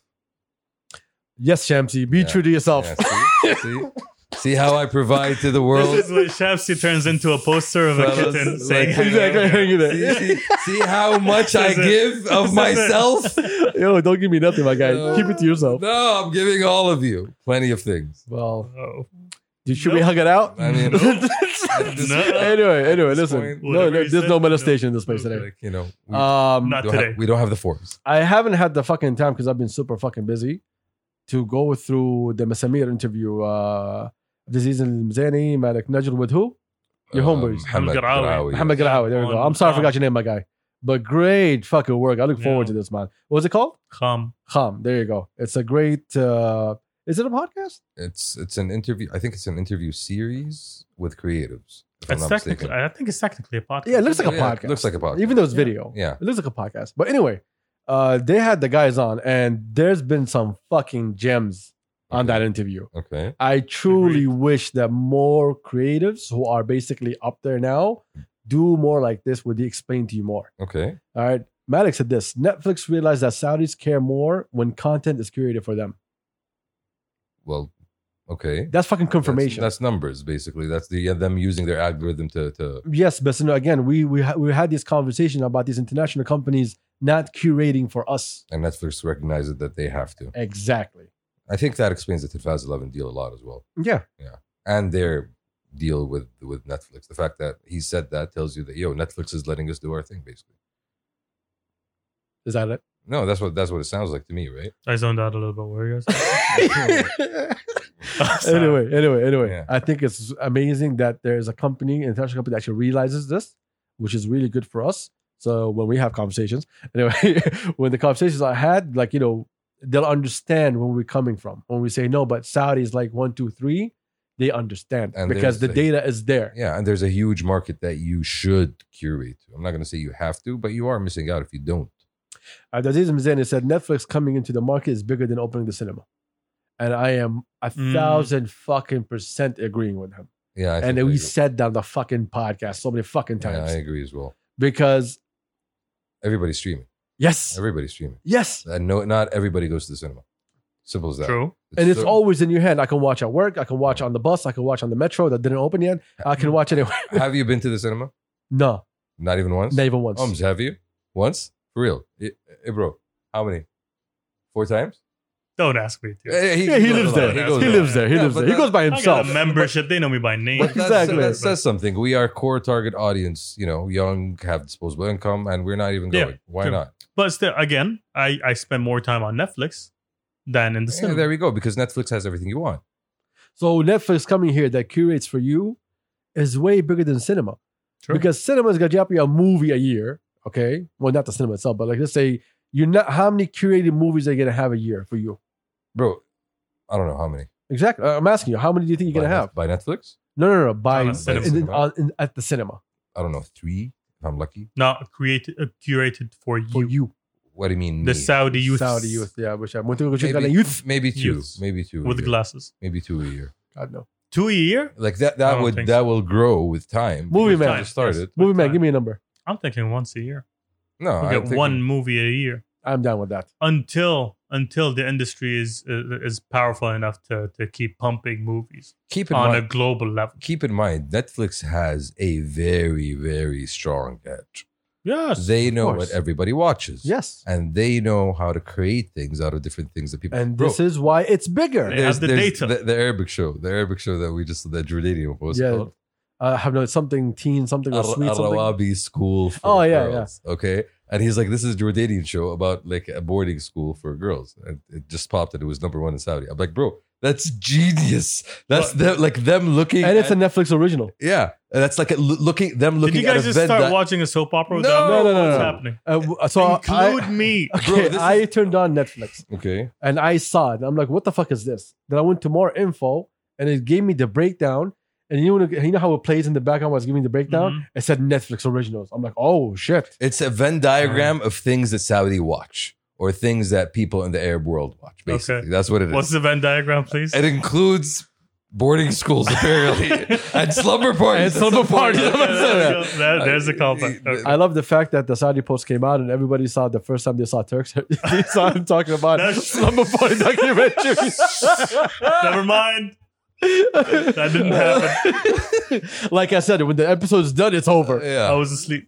Speaker 1: Yes, Shamsi, be
Speaker 2: Yeah.
Speaker 1: true to yourself.
Speaker 2: Yeah, see, see, see how I provide to the world.
Speaker 3: This is what Shapsi turns into a poster of a
Speaker 2: Fellas,
Speaker 3: kitten
Speaker 2: like-
Speaker 3: saying,
Speaker 1: Exactly, hang in
Speaker 2: See, [LAUGHS]
Speaker 1: there.
Speaker 2: see,
Speaker 3: [LAUGHS]
Speaker 2: see how much I
Speaker 3: This is it.
Speaker 2: give
Speaker 3: This
Speaker 2: of
Speaker 3: is
Speaker 2: myself.
Speaker 1: [LAUGHS] Yo, don't give me nothing, my guy.
Speaker 2: No.
Speaker 1: Keep it to yourself.
Speaker 2: No, I'm giving all of you plenty of things.
Speaker 1: Well,
Speaker 3: Oh,
Speaker 1: you- should we
Speaker 3: Nope.
Speaker 1: hug it out?
Speaker 2: I
Speaker 3: [LAUGHS]
Speaker 2: mean, at this
Speaker 3: No.
Speaker 1: [LAUGHS]
Speaker 2: point,
Speaker 1: anyway, anyway,
Speaker 2: this
Speaker 1: listen.
Speaker 2: point,
Speaker 1: no,
Speaker 3: whatever
Speaker 1: no,
Speaker 3: you
Speaker 1: there's
Speaker 3: said,
Speaker 1: no
Speaker 3: no.
Speaker 1: molestation in this place
Speaker 3: Okay.
Speaker 1: today.
Speaker 2: like, you know, we,
Speaker 1: Um,
Speaker 3: Not
Speaker 2: don't have-
Speaker 3: today.
Speaker 2: we don't have the forms.
Speaker 1: I haven't had the fucking time because I've been super fucking busy to go through the Masamir interview. Uh, this is Mzani, Malik Najr with who?
Speaker 2: Oh,
Speaker 1: Your homeboys.
Speaker 2: Muhammad
Speaker 3: Muhammad Garawi.
Speaker 2: Um, Garawi.
Speaker 1: Muhammad Galawi. There we go.
Speaker 3: On-
Speaker 1: I'm sorry I
Speaker 3: on.
Speaker 1: forgot your name, my guy. But great fucking work. I look forward
Speaker 3: Yeah.
Speaker 1: to this, man. What was it called?
Speaker 3: come.
Speaker 1: Kham. There you go. It's a great. Uh, is it a podcast?
Speaker 2: It's it's an interview. I think it's an interview series with creatives. If
Speaker 3: It's
Speaker 2: I'm not
Speaker 3: technically,
Speaker 2: mistaken.
Speaker 3: I think it's technically a podcast.
Speaker 1: Yeah, it looks like a
Speaker 2: Yeah, it
Speaker 1: podcast.
Speaker 2: Looks like a podcast.
Speaker 1: Even though it's
Speaker 3: Yeah.
Speaker 1: video,
Speaker 2: Yeah.
Speaker 1: it looks like a podcast. But anyway, uh, they had the guys on, and there's been some fucking gems on that interview.
Speaker 2: Okay.
Speaker 1: I truly
Speaker 3: Agreed.
Speaker 1: wish that more creatives who are basically up there now do more like this, where they explain to you more.
Speaker 2: Okay.
Speaker 1: All right. Malik said this Netflix realized that Saudis care more when content is curated for them.
Speaker 2: Well. Okay.
Speaker 1: That's fucking confirmation.
Speaker 2: That's, that's numbers basically. That's the yeah, them using their algorithm to to.
Speaker 1: yes, but you know, again, we we ha- we had this conversation about these international companies not curating for us.
Speaker 2: And Netflix recognizes that they have to.
Speaker 1: Exactly.
Speaker 2: I think that explains the 2011 deal a lot as well,
Speaker 1: Yeah.
Speaker 2: and their deal with with Netflix. The fact that he said that tells you that yo, Netflix is letting us do our thing basically.
Speaker 1: Is that it?
Speaker 2: No, that's what that's what it sounds like to me, right?
Speaker 3: I zoned out a little bit. Where are you
Speaker 1: [LAUGHS]
Speaker 3: guys? Sorry.
Speaker 1: anyway, anyway, anyway.
Speaker 2: Yeah.
Speaker 1: I think it's amazing that there is a company, international company, that actually realizes this, which is really good for us. So when we have conversations, [LAUGHS] anyway, when the conversations are had, like you know, they'll understand where we're coming from when we say no. But Saudi's like one, two, three. They understand
Speaker 2: And
Speaker 1: because the
Speaker 2: there's a-
Speaker 1: data is there.
Speaker 2: Yeah, and there's a huge market that you should curate. I'm not going to say you have to, but you are missing out if you don't.
Speaker 1: Abdulaziz Mizani said Netflix coming into the market is bigger than opening the cinema. And I am a
Speaker 2: Hmm.
Speaker 3: Mm.
Speaker 1: thousand fucking percent agreeing with him.
Speaker 2: Yeah, I
Speaker 1: and
Speaker 2: think I
Speaker 1: we
Speaker 2: agree.
Speaker 1: said that on the fucking podcast so many fucking
Speaker 2: yeah,
Speaker 1: times.
Speaker 2: I agree as well.
Speaker 1: because
Speaker 2: Everybody's streaming.
Speaker 1: yes,
Speaker 2: Everybody's streaming,
Speaker 1: yes.
Speaker 2: and no, not everybody goes to the cinema. Simple as that.
Speaker 3: True.
Speaker 1: And it's
Speaker 2: so-
Speaker 1: always in your hand. I can watch at work, I can watch on the bus, I can watch on the metro that didn't open yet. I can watch anywhere. [LAUGHS]
Speaker 2: Have you been to the cinema?
Speaker 1: no,
Speaker 2: Not even once.
Speaker 1: not even once.
Speaker 2: Homes, have you? Once for real? Hey, bro, how many? Four times?
Speaker 3: Don't ask me to.
Speaker 2: Eh,
Speaker 1: yeah, he
Speaker 2: goes
Speaker 1: lives
Speaker 2: a lot.
Speaker 1: there.
Speaker 3: He
Speaker 1: He,
Speaker 3: goes a
Speaker 1: lives
Speaker 3: lot.
Speaker 1: there. He
Speaker 2: Yeah,
Speaker 1: lives
Speaker 2: but
Speaker 1: there. He
Speaker 2: that-
Speaker 1: goes by
Speaker 3: I got
Speaker 1: himself.
Speaker 3: a membership. They know me by name.
Speaker 2: But that's-
Speaker 1: Exactly.
Speaker 2: That says something. We are core target audience. You know, young, have disposable income, and we're not even
Speaker 3: Yeah,
Speaker 2: going. Why
Speaker 3: true.
Speaker 2: not?
Speaker 3: But still, again, I, I spend more time on Netflix than in the
Speaker 2: Yeah,
Speaker 3: cinema.
Speaker 2: there we go. Because Netflix has everything you want.
Speaker 1: So Netflix coming here that curates for you is way bigger than cinema.
Speaker 3: True.
Speaker 1: Because cinema is gonna drop you a movie a year, okay? Well, not the cinema itself, but like let's say you're not how many curated movies are you gonna have a year for you?
Speaker 2: bro. I don't know how many
Speaker 1: Exactly. Uh, I'm asking you, how many do you think you're
Speaker 2: By
Speaker 1: gonna
Speaker 2: Net-
Speaker 1: have?
Speaker 2: by Netflix.
Speaker 1: No, no, no. By
Speaker 3: On a
Speaker 1: in-
Speaker 3: cinema.
Speaker 1: in- on- in- at the cinema
Speaker 2: I don't know three. If I'm lucky.
Speaker 3: Not created, uh, curated for you. oh,
Speaker 1: for you,
Speaker 2: What do you mean?
Speaker 3: The
Speaker 2: me?
Speaker 3: Saudi youth.
Speaker 1: Saudi youth. Yeah, which I'm going to go check out
Speaker 2: Maybe,
Speaker 1: the youth.
Speaker 2: maybe two.
Speaker 3: Youths.
Speaker 2: Maybe two. a
Speaker 3: With
Speaker 2: year.
Speaker 3: glasses.
Speaker 2: Maybe two a year.
Speaker 1: God no.
Speaker 3: Two a year?
Speaker 2: Like that.
Speaker 3: I
Speaker 2: That
Speaker 3: don't
Speaker 2: would
Speaker 3: think
Speaker 2: that will grow with time.
Speaker 1: Movie
Speaker 2: because
Speaker 1: Man.
Speaker 2: I just started.
Speaker 3: With
Speaker 1: Movie man,
Speaker 3: time.
Speaker 1: give me a number.
Speaker 3: I'm thinking once a year.
Speaker 2: No,
Speaker 3: We
Speaker 2: I
Speaker 3: get
Speaker 2: think-
Speaker 3: one movie a year
Speaker 1: I'm down with that.
Speaker 3: until until the industry is uh, is powerful enough to to keep pumping movies
Speaker 2: Keep in
Speaker 3: on a
Speaker 2: mind.
Speaker 3: global level.
Speaker 2: Keep in mind, Netflix has a very, very strong edge.
Speaker 3: Yes.
Speaker 2: They know
Speaker 1: course.
Speaker 2: what everybody watches.
Speaker 1: Yes.
Speaker 2: And they know how to create things out of different things that people.
Speaker 1: And
Speaker 2: Bro,
Speaker 1: this is why it's bigger.
Speaker 3: They have the data.
Speaker 2: The, the Arabic show, the Arabic show that we just that Jordanian was
Speaker 1: Yeah,
Speaker 2: called
Speaker 1: Uh, I have no something teen, something or
Speaker 2: Ar-
Speaker 1: sweet, something.
Speaker 2: Arawabi School. For
Speaker 1: Oh, yeah,
Speaker 2: girls, Okay, and he's like, this is a Jordanian show about like a boarding school for girls, and it just popped and it was number one in Saudi. I'm like, bro, that's genius. That's them, like them looking.
Speaker 1: And it's a
Speaker 2: at-
Speaker 1: Netflix original.
Speaker 2: yeah, and that's like a, loo- looking them
Speaker 3: Did
Speaker 2: looking
Speaker 3: you guys
Speaker 2: at a
Speaker 3: just
Speaker 2: Venn
Speaker 3: start
Speaker 2: di-
Speaker 3: watching a soap opera?
Speaker 2: No,
Speaker 3: Without-
Speaker 1: no, no, no,
Speaker 3: What's
Speaker 1: no.
Speaker 3: happening?
Speaker 1: Uh, w- so I-
Speaker 3: Include me.
Speaker 1: Okay,
Speaker 2: Bro, this is-
Speaker 1: I turned on Netflix
Speaker 2: Okay,
Speaker 1: and I saw it. I'm like, what the fuck is this? Then I went to more info and it gave me the breakdown. And you know, you know how it plays in the background while it's giving the breakdown?
Speaker 3: Mhm.
Speaker 2: Mm-hmm.
Speaker 1: It said Netflix originals. I'm like, oh shit.
Speaker 2: it's a Venn diagram of things that Saudi watch or things that people in the Arab world watch. Basically,
Speaker 3: Okay.
Speaker 2: that's what it is.
Speaker 3: What's the Venn diagram, please?
Speaker 2: It includes boarding schools apparently and slumber parties.
Speaker 1: And slumber parties.
Speaker 3: Yeah, [LAUGHS] there you go.
Speaker 2: [LAUGHS]
Speaker 3: There- there's the
Speaker 2: I-
Speaker 3: callback.
Speaker 2: I-
Speaker 3: Okay.
Speaker 1: I love the fact that the Saudi Post came out and everybody saw it the first time they saw Turks. [LAUGHS] they saw
Speaker 2: [LAUGHS]
Speaker 1: him talking about
Speaker 3: That's-
Speaker 1: [LAUGHS] slumber party documentaries.
Speaker 3: Never mind. That didn't happen.
Speaker 1: [LAUGHS] like I said, when the episode's done, it's [LAUGHS] over.
Speaker 3: I
Speaker 2: yeah,
Speaker 3: was
Speaker 2: [LAUGHS]
Speaker 3: asleep.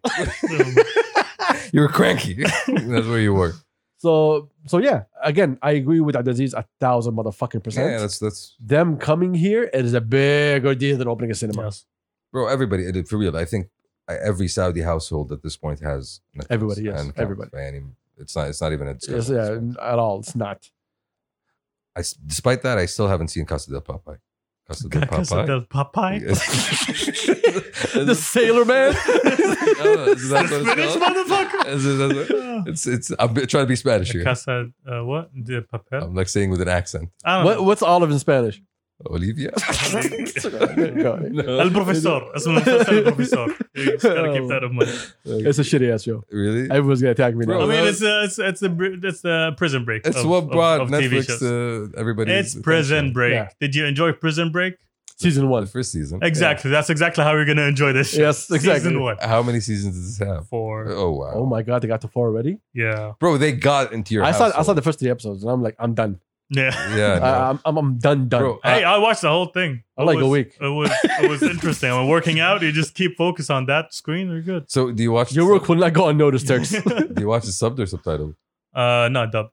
Speaker 2: you were cranky. [LAUGHS] That's where you were.
Speaker 1: So, so yeah, again, I agree with Abdulaziz a thousand motherfucking percent.
Speaker 2: Yeah, that's that's
Speaker 1: Them coming here, it is a bigger deal than opening a cinema.
Speaker 3: yes.
Speaker 2: bro. Everybody, it- for real. I think I- every Saudi household at this point has Netflix
Speaker 1: Everybody, yes,
Speaker 2: and counts
Speaker 1: everybody.
Speaker 2: By any, it's not. It's not even a
Speaker 1: Yes,
Speaker 2: discussion.
Speaker 1: yeah, at all. It's not. [LAUGHS]
Speaker 2: I s despite that, I still haven't seen Casa del Popeye. Casa
Speaker 1: [LAUGHS]
Speaker 2: del [LAUGHS]
Speaker 3: Casa
Speaker 2: Popeye.
Speaker 3: del Popeye. [LAUGHS]
Speaker 1: the
Speaker 2: Yes.
Speaker 1: sailor man.
Speaker 2: Oh, is that
Speaker 1: [LAUGHS]
Speaker 3: The
Speaker 2: what it's
Speaker 3: Spanish
Speaker 2: called?
Speaker 3: motherfucker.
Speaker 2: Is it- that's what- It's it's. I'm trying to be Spanish here.
Speaker 3: Casa, uh, what? De papel?
Speaker 2: I'm like saying with an accent.
Speaker 3: I don't
Speaker 1: what,
Speaker 3: know.
Speaker 1: what's olive in Spanish?
Speaker 3: [LAUGHS]
Speaker 2: Olivia.
Speaker 3: El Profesor. It's El Profesor. You just gotta keep that in mind.
Speaker 1: It's a shitty ass show.
Speaker 2: really?
Speaker 1: Everyone's gonna attack me
Speaker 2: Bro,
Speaker 3: I
Speaker 1: now.
Speaker 3: mean, it's a, it's it's a br- it's a prison break.
Speaker 2: Oh, It's
Speaker 3: of-
Speaker 2: what
Speaker 3: of-
Speaker 2: brought
Speaker 3: of TV
Speaker 2: Netflix
Speaker 3: shows.
Speaker 2: to everybody.
Speaker 3: It's Prison Break.
Speaker 1: Yeah.
Speaker 3: Did you enjoy Prison Break?
Speaker 1: Season
Speaker 2: The
Speaker 1: one.
Speaker 2: first season.
Speaker 3: Exactly. That's exactly how you're gonna enjoy this. Show.
Speaker 1: Yes, exactly.
Speaker 3: Season one.
Speaker 2: Yeah. How many seasons does this have?
Speaker 3: Four.
Speaker 2: Oh wow.
Speaker 1: Oh my god, they got to four already.
Speaker 3: Yeah.
Speaker 2: Bro, they got into your.
Speaker 1: I saw I saw
Speaker 2: household.
Speaker 1: the first three episodes and I'm like, I'm done.
Speaker 3: Yeah.
Speaker 2: Yeah.
Speaker 1: [LAUGHS]
Speaker 2: no.
Speaker 1: I, I'm, I'm I'm done done.
Speaker 2: Bro, uh,
Speaker 3: Hey, I watched the whole thing.
Speaker 1: Uh, I like a week.
Speaker 3: It was
Speaker 1: [LAUGHS]
Speaker 3: it was interesting. When working out, you just keep focus on that screen. You're good.
Speaker 2: so do you watch?
Speaker 1: Your
Speaker 2: the
Speaker 1: work will not go unnoticed,
Speaker 3: [LAUGHS]
Speaker 1: Turks. [LAUGHS]
Speaker 2: sub- Do you watch the subbed or subtitled?
Speaker 3: Uh, no, dubbed.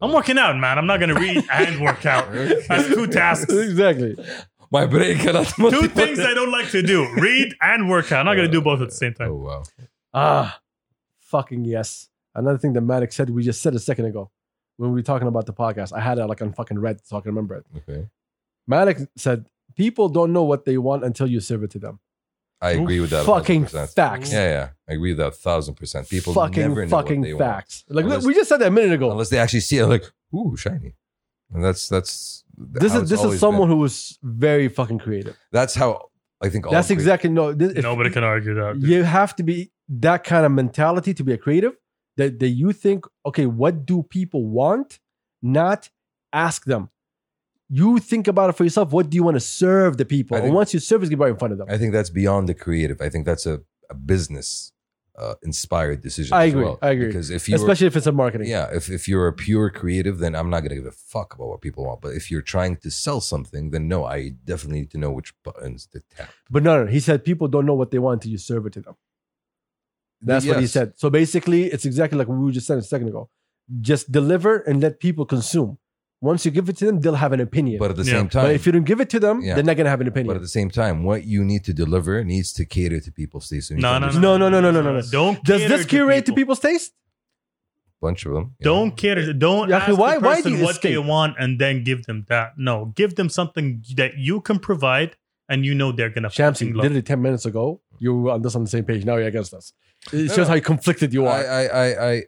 Speaker 3: I'm working out, man. I'm not gonna
Speaker 1: [LAUGHS]
Speaker 3: read and work out. [LAUGHS] That's two tasks.
Speaker 1: exactly.
Speaker 2: [LAUGHS] My brain cannot.
Speaker 3: Two things I don't like to do: read and work out. I'm not gonna do both at the same
Speaker 2: Oh
Speaker 3: time.
Speaker 2: wow.
Speaker 1: Ah, fucking yes. Another thing that Maddox said, we just said a second ago when we were talking about the podcast. I had it like on fucking red so I can remember it.
Speaker 2: Okay.
Speaker 1: Maddox said, People don't know what they want until you serve it to them.
Speaker 2: I agree with that. a thousand
Speaker 1: Fucking
Speaker 2: percent.
Speaker 1: facts.
Speaker 2: Yeah, yeah. I agree with that a thousand percent. People
Speaker 1: fucking
Speaker 2: never know
Speaker 1: fucking
Speaker 2: what they
Speaker 1: facts. Like
Speaker 2: Unless-
Speaker 1: we just said that a minute ago.
Speaker 2: want unless they actually see it. Like, ooh, shiny. And that's that's.
Speaker 1: this
Speaker 2: how
Speaker 1: is
Speaker 2: it's
Speaker 1: this is
Speaker 2: always
Speaker 1: someone
Speaker 2: been.
Speaker 1: who was very fucking creative.
Speaker 2: That's how I think. all
Speaker 1: That's
Speaker 2: creative-
Speaker 1: exactly no. This, if-
Speaker 3: Nobody can argue
Speaker 1: [LAUGHS]
Speaker 3: that. dude.
Speaker 1: you have to be that kind of mentality to be a creative that, that you think okay what do people want not ask them you think about it for yourself what do you want to serve the people
Speaker 2: I
Speaker 1: and
Speaker 2: think-
Speaker 1: once you serve it's gonna be right in front of them
Speaker 2: I think that's beyond the creative. I think that's a, a business uh, inspired decision.
Speaker 1: I
Speaker 2: as
Speaker 1: agree.
Speaker 2: well.
Speaker 1: I agree.
Speaker 2: Because if you
Speaker 1: especially if it's in
Speaker 2: were,
Speaker 1: marketing
Speaker 2: yeah, if, if you're a pure creative, then I'm not gonna give a fuck about what people want. But if you're trying to sell something, then no, I definitely need to know which buttons to tap.
Speaker 1: but no, no he said people don't know what they want until you serve it to them that's what he
Speaker 2: Yes.
Speaker 1: said so basically it's exactly like we just said a second ago just deliver and let people consume once you give it to them they'll have an opinion
Speaker 2: But at the
Speaker 3: Yeah.
Speaker 2: same
Speaker 1: But
Speaker 2: time,
Speaker 1: if you don't give it to them
Speaker 2: Yeah.
Speaker 1: they're not gonna have an
Speaker 2: but at
Speaker 1: opinion
Speaker 2: the same time, what you need to deliver needs to cater to people's tastes. You need
Speaker 3: No,
Speaker 2: to
Speaker 3: no,
Speaker 2: understand
Speaker 1: no no no no no no, no.
Speaker 3: Don't.
Speaker 1: does
Speaker 3: cater
Speaker 1: this curate to people's taste
Speaker 2: a bunch of them. you
Speaker 3: Don't
Speaker 2: know.
Speaker 3: care. Don't
Speaker 1: Yeah, okay,
Speaker 3: ask
Speaker 1: why-
Speaker 3: the
Speaker 1: why do
Speaker 3: person
Speaker 1: you
Speaker 3: what they
Speaker 1: escape?
Speaker 3: want and then give them that. No, give them something that you can provide and you know they're gonna
Speaker 1: Shamsi,
Speaker 3: fucking love.
Speaker 1: literally 10 minutes ago, you were on this on the same page. Now you're against us. It
Speaker 2: No,
Speaker 1: shows
Speaker 2: no.
Speaker 1: how conflicted you
Speaker 2: I,
Speaker 1: are.
Speaker 2: I, I, I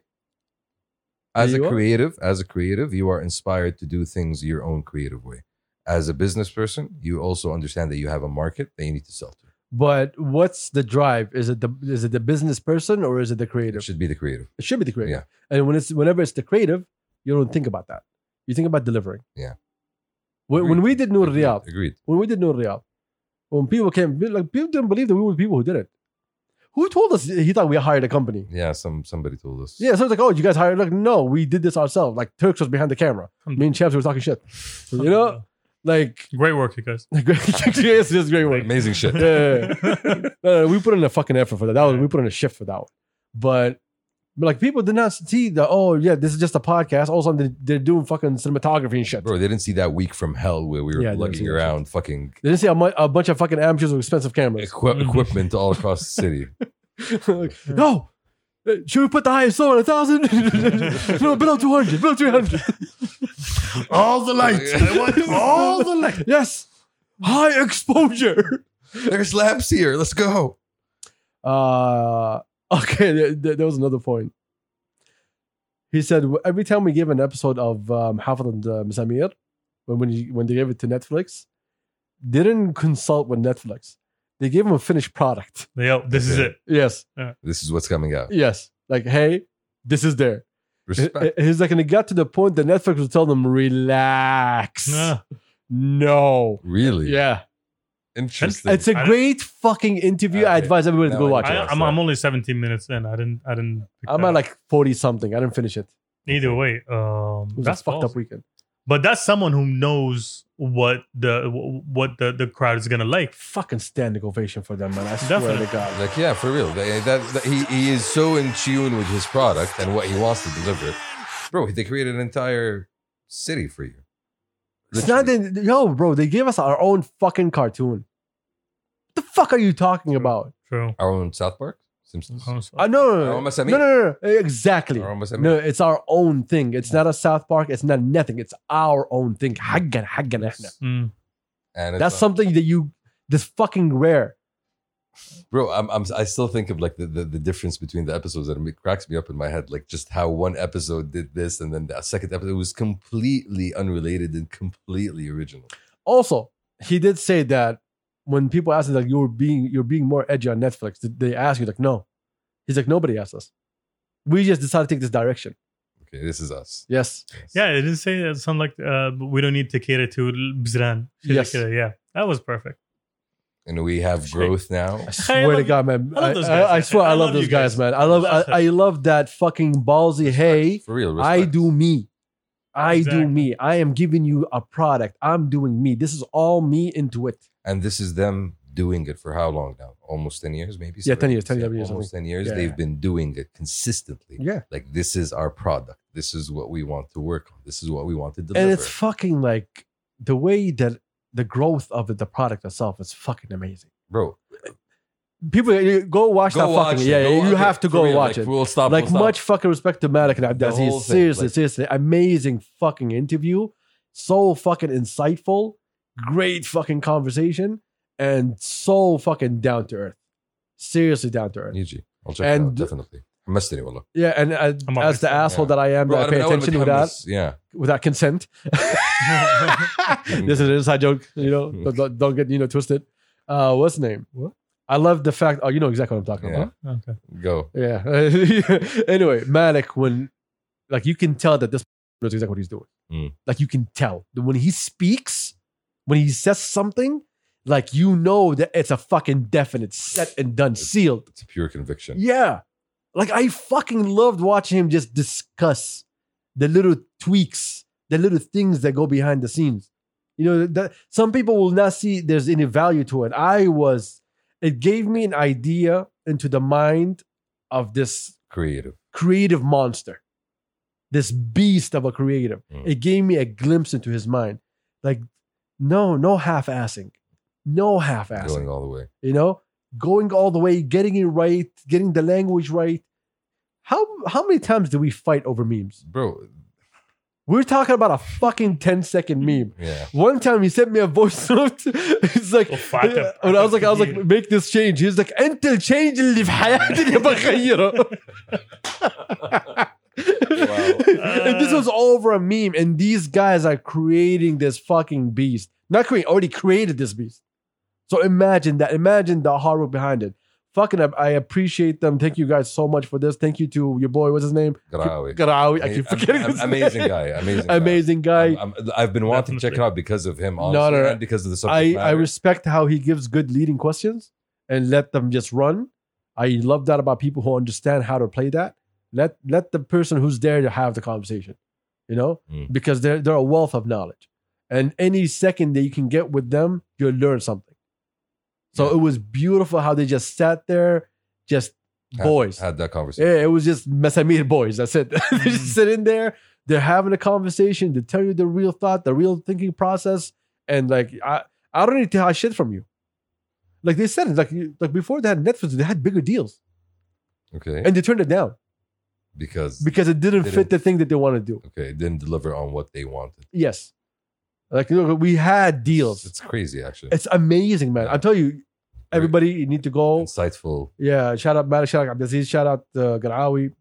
Speaker 2: as
Speaker 1: You
Speaker 2: a
Speaker 1: are?
Speaker 2: creative, as a creative, you are inspired to do things your own creative way. As a business person, you also understand that you have a market that you need to sell to.
Speaker 1: but what's the drive? Is it the is it the business person or is it the
Speaker 2: It
Speaker 1: creative?
Speaker 2: should be the creative.
Speaker 1: It should be the creative. And when it's whenever it's the creative, you don't think about that. You think about delivering.
Speaker 2: Yeah.
Speaker 1: When, when we did Nur Riyadh,
Speaker 2: Agreed.
Speaker 1: when we did Nur Riyadh, when people came, like people didn't believe that we were the people who did it. Who told us he thought we hired a company?
Speaker 2: Yeah, some somebody told us.
Speaker 1: Yeah, so it's like, oh, you guys hired. Like, no, we did this ourselves. Like, Turks was behind the camera. Me and Champs were talking shit. You know, like
Speaker 3: great work,
Speaker 1: [LAUGHS]
Speaker 3: you guys.
Speaker 1: it's just great work.
Speaker 2: Amazing shit.
Speaker 1: Yeah, yeah, yeah. No, no, we put in a fucking effort for that. That was we put in a shift for that one. but like people did not see that. Oh yeah, this is just a podcast. All of a sudden they- they're doing fucking cinematography and shit.
Speaker 2: Bro, they didn't see that week from hell where we were
Speaker 1: Yeah, they didn't see
Speaker 2: lugging
Speaker 1: that
Speaker 2: around fucking
Speaker 1: They didn't see a, mu- a bunch of fucking amateurs with expensive cameras.
Speaker 2: equi-
Speaker 3: Mhm.
Speaker 2: equipment all across the
Speaker 1: [LAUGHS]
Speaker 2: city.
Speaker 1: like, no, Uh, should we put the ISO at a thousand? [LAUGHS] no, below two hundred, below three hundred.
Speaker 2: all the [LAUGHS]
Speaker 4: lights. I want all
Speaker 1: the light. Yes, high exposure.
Speaker 2: There's lamps here. Let's go.
Speaker 1: Uh, [LAUGHS] okay, th- th- there was another point. He said "W- every time we give an episode of um, Hafid and uh, Samir, when when, you, when they gave it to Netflix, they didn't consult with Netflix. They gave him a finished
Speaker 3: [LAUGHS]
Speaker 1: product. [LAUGHS]
Speaker 3: Yo, this is
Speaker 2: Okay.
Speaker 3: it.
Speaker 1: Yes,
Speaker 2: This is what's coming out.
Speaker 1: yes. Like, hey, this is there.
Speaker 2: Respect.
Speaker 1: He- He's like, and it got to the point that Netflix would tell them, relax.
Speaker 3: Nah.
Speaker 1: No.
Speaker 2: Really?
Speaker 1: Yeah.
Speaker 2: Interesting.
Speaker 1: It's a
Speaker 3: I don't-
Speaker 1: great fucking interview. I
Speaker 2: Okay.
Speaker 1: advise everybody to
Speaker 2: Now
Speaker 1: go
Speaker 2: I
Speaker 1: watch
Speaker 3: I,
Speaker 1: it.
Speaker 2: guess.
Speaker 3: I'm, I'm only 17 minutes in. I didn't. I didn't. pick
Speaker 1: I'm
Speaker 3: that
Speaker 1: at
Speaker 3: up.
Speaker 1: like 40 something. I didn't finish it.
Speaker 3: either way.
Speaker 1: It
Speaker 3: Um,
Speaker 1: was
Speaker 3: that's
Speaker 1: a fucked
Speaker 3: fucked
Speaker 1: up weekend.
Speaker 3: But that's someone who knows what the what the, the crowd is gonna like.
Speaker 1: Fucking standing ovation for them, man. I swear
Speaker 3: Definitely.
Speaker 1: to God.
Speaker 2: like, yeah, for real. They- that- that- he, he is so in tune with his product and what he wants to deliver. Bro, they created an entire city for you.
Speaker 1: it's not
Speaker 2: Literally.
Speaker 1: that, yo, bro, they gave us our own fucking cartoon. What the fuck are you talking about?
Speaker 3: True. Oh.
Speaker 2: our own South Park Simpsons.
Speaker 1: Uh, no, no,
Speaker 2: Our
Speaker 1: no,
Speaker 2: own
Speaker 1: no,
Speaker 2: Masami.
Speaker 1: no, no, no, exactly.
Speaker 2: Our own Masami.
Speaker 1: No, it's our own thing. It's not a South Park. It's not nothing. It's our own thing. حقنا- حقنا احنا.
Speaker 3: Mm.
Speaker 2: And it's
Speaker 1: That's
Speaker 2: not-
Speaker 1: something that you, this fucking rare.
Speaker 2: bro I'm, I'm i still think of like the, the, the difference between the episodes and it cracks me up in my head like just how one episode did this and then the second episode was completely unrelated and completely original
Speaker 1: Also, he did say that when people ask him like you're being you're being more edgy on Netflix, did they ask you like no? He's like nobody asked us. We just decided to take this direction.
Speaker 2: okay this is us
Speaker 1: Yes,
Speaker 3: Yeah, it didn't say that. Sound like uh, we don't need to cater to Bzran.
Speaker 1: Yes.
Speaker 3: Yeah, that was perfect.
Speaker 2: and we have growth now
Speaker 1: I
Speaker 3: I
Speaker 1: swear
Speaker 3: love-
Speaker 1: to God, man.
Speaker 3: I
Speaker 1: I,
Speaker 3: love those
Speaker 1: I-
Speaker 3: guys.
Speaker 1: I swear I, love, those
Speaker 3: you
Speaker 1: guys,
Speaker 3: guys.
Speaker 1: man. I love I, I love that fucking ballsy. Hey,
Speaker 2: for real
Speaker 1: I
Speaker 2: respect.
Speaker 1: do me. I
Speaker 3: Exactly.
Speaker 1: do me. I am giving you a product. I'm doing me. This is all me into it.
Speaker 2: and this is them doing it for how long now almost 10 years maybe
Speaker 1: Yeah, 10 years, 10
Speaker 2: Yeah,
Speaker 1: years, I
Speaker 2: almost 10 years
Speaker 1: Yeah.
Speaker 2: they've been doing it consistently
Speaker 1: Yeah.
Speaker 2: like this is our product this is what we want to work on this is what we want to deliver
Speaker 1: And it's fucking like the way that the growth of the product itself is fucking amazing.
Speaker 2: bro
Speaker 1: people you go watch that fucking
Speaker 2: it.
Speaker 1: yeah, yeah
Speaker 2: Go-
Speaker 1: you have to
Speaker 2: for
Speaker 1: go
Speaker 2: real,
Speaker 1: watch
Speaker 2: like,
Speaker 1: it
Speaker 2: we'll stop
Speaker 1: like
Speaker 2: we'll stop.
Speaker 1: much fucking respect to Malik and
Speaker 2: The whole
Speaker 1: Abdaziz
Speaker 2: thing,
Speaker 1: seriously
Speaker 2: like-
Speaker 1: seriously amazing fucking interview so fucking insightful great fucking conversation and so fucking down to earth seriously down to earth
Speaker 2: يجي I'll check
Speaker 1: And-
Speaker 2: and it out, definitely حمستني والله
Speaker 1: yeah and uh, as
Speaker 3: I'm
Speaker 1: the
Speaker 3: obviously-
Speaker 1: asshole
Speaker 2: yeah.
Speaker 1: that I am
Speaker 2: Bro,
Speaker 1: that I
Speaker 2: أنا
Speaker 1: pay
Speaker 2: من أول
Speaker 1: attention without
Speaker 2: متحمس. yeah
Speaker 1: [LAUGHS] without
Speaker 2: [LAUGHS]
Speaker 1: consent this is an inside joke you
Speaker 2: [LAUGHS]
Speaker 1: know don't, don't- don't get you know twisted uh what's the name
Speaker 3: What?
Speaker 1: I love the fact oh you know exactly what I'm talking about
Speaker 2: yeah
Speaker 3: Okay.
Speaker 2: go
Speaker 1: Yeah. [LAUGHS] anyway, Malik, when like you can tell that this knows exactly what he's doing.
Speaker 2: Mm.
Speaker 1: Like you can tell when he speaks, when he says something, like you know that it's a fucking definite, set and done, sealed.
Speaker 2: it's a pure conviction
Speaker 1: Yeah. Like I fucking loved watching him just discuss the little tweaks, the little things that go behind the scenes. You know, that some people will not see there's any value to it. I was, it gave me an idea into the mind of this
Speaker 2: creative
Speaker 1: creative monster, this beast of a creative.
Speaker 2: Mm.
Speaker 1: It gave me a glimpse into his mind. Like, no, no half assing, no half assing
Speaker 2: going all the way
Speaker 1: you know going all the way getting it right getting the language right how how many times do we fight over memes
Speaker 2: bro
Speaker 1: we're talking about a fucking 10 second meme
Speaker 2: yeah
Speaker 1: one time he sent me a voice note [LAUGHS] it's like
Speaker 3: Oh, fuck.
Speaker 1: and i was like i was like make this change he's like انت الشينج اللي في حياتي اللي بغيره [LAUGHS] and this was all over a meme and these guys are creating this fucking beast not creating already created this beast so imagine that imagine the hard work behind it fucking I- i appreciate them thank you guys so much for this thank you to your boy what's his name
Speaker 2: Garawi
Speaker 1: Garawi. i keep forgetting his name.
Speaker 2: amazing guy amazing
Speaker 1: [LAUGHS]
Speaker 2: guy.
Speaker 1: amazing guy
Speaker 2: I'm- I'm- I've been wanting to check it out because of him honestly
Speaker 1: no, no.
Speaker 2: and because of the subject
Speaker 1: I, I
Speaker 2: matter.
Speaker 1: respect how he gives good leading questions and let them just run. I love that about people who understand how to play that. Let let the person who's there to have the conversation, you know,
Speaker 2: Mm.
Speaker 1: because they're they're a wealth of knowledge, and any second that you can get with them, you'll learn something. So
Speaker 2: Yeah.
Speaker 1: it was beautiful how they just sat there, just boys.
Speaker 2: had that conversation.
Speaker 1: Yeah, it was just Mesamir boys. That's it. [LAUGHS] they just
Speaker 2: Mm-hmm.
Speaker 1: sit in there. They're having a conversation. They tell you the real thought, the real thinking process, and like I, I don't need to hide shit from you. Like they said, it, like you- like before they had Netflix, they had bigger deals,
Speaker 2: Okay,
Speaker 1: and they turned it down
Speaker 2: because
Speaker 1: because it didn't
Speaker 2: Didn't.
Speaker 1: fit the thing that they want to do.
Speaker 2: okay, it didn't deliver on what they wanted.
Speaker 1: Yes, like you know, we had deals.
Speaker 2: It's crazy, actually.
Speaker 1: It's amazing, man. I tell you, everybody, you need to go.
Speaker 2: Insightful.
Speaker 1: Yeah, shout out Malik, shout out Abdulaziz, shout out uh, Garawi.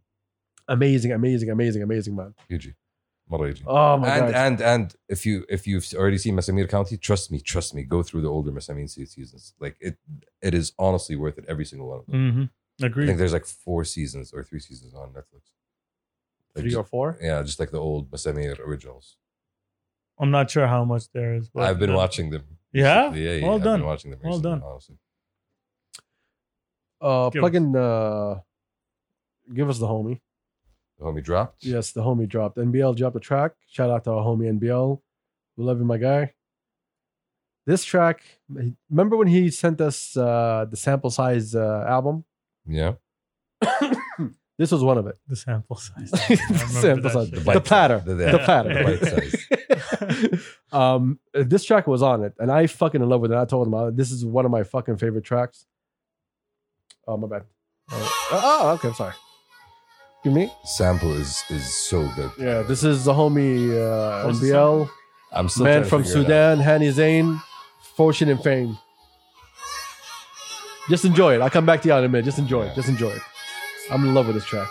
Speaker 1: Amazing, amazing, amazing, amazing, man.
Speaker 2: Huge. Mara huge.
Speaker 1: Oh my god.
Speaker 2: and and and if you if you've already seen Masamir County, trust me, trust me, go through the older Masamir se- seasons. Like it, it is honestly worth it. Every single one of them.
Speaker 3: Mm-hmm.
Speaker 2: I think
Speaker 3: Agreed.
Speaker 2: there's like four seasons or three seasons on Netflix. Like
Speaker 1: Three
Speaker 2: ju-
Speaker 1: or four?
Speaker 2: yeah, just like the old Masamir originals.
Speaker 3: I'm not sure how much there is. but-
Speaker 2: I've been watching them.
Speaker 3: Yeah?
Speaker 2: recently. yeah, yeah.
Speaker 3: Well
Speaker 2: I've
Speaker 3: done.
Speaker 2: Been watching them.
Speaker 3: Well
Speaker 2: Recently,
Speaker 3: done.
Speaker 2: Honestly.
Speaker 1: Uh,
Speaker 3: Give
Speaker 1: plug
Speaker 3: us-
Speaker 1: in. Uh, give us the homie.
Speaker 2: The homie dropped.
Speaker 1: Yes, the homie dropped. NBL dropped a track. Shout out to our homie NBL. We love you, my guy. This track. Remember when he sent us uh, the sample size uh, album?
Speaker 2: Yeah.
Speaker 1: This was one of it.
Speaker 3: The sample size. [LAUGHS] I remember
Speaker 1: [LAUGHS] sample
Speaker 3: that
Speaker 1: size.
Speaker 3: shit.
Speaker 1: The,
Speaker 2: bite size.
Speaker 1: platter.
Speaker 2: The-
Speaker 1: The,
Speaker 2: the-
Speaker 1: platter. [LAUGHS]
Speaker 3: [LAUGHS] the
Speaker 2: bite size.
Speaker 1: um, this track was on it, and I fucking in love with it. I told him I- this is one of my fucking favorite tracks. Oh my bad. Oh, oh, okay. I'm sorry. Give me.
Speaker 2: Sample is is so good.
Speaker 1: Yeah, this is the homie uh,
Speaker 3: What's the
Speaker 1: NBL
Speaker 2: I'm still trying
Speaker 1: man
Speaker 2: to
Speaker 1: from
Speaker 2: figure it out.
Speaker 1: Sudan, Hani Zain, fortune and fame. Just enjoy it. I'll come back to you in a minute. Just enjoy it. Just enjoy it. I'm in love with this track.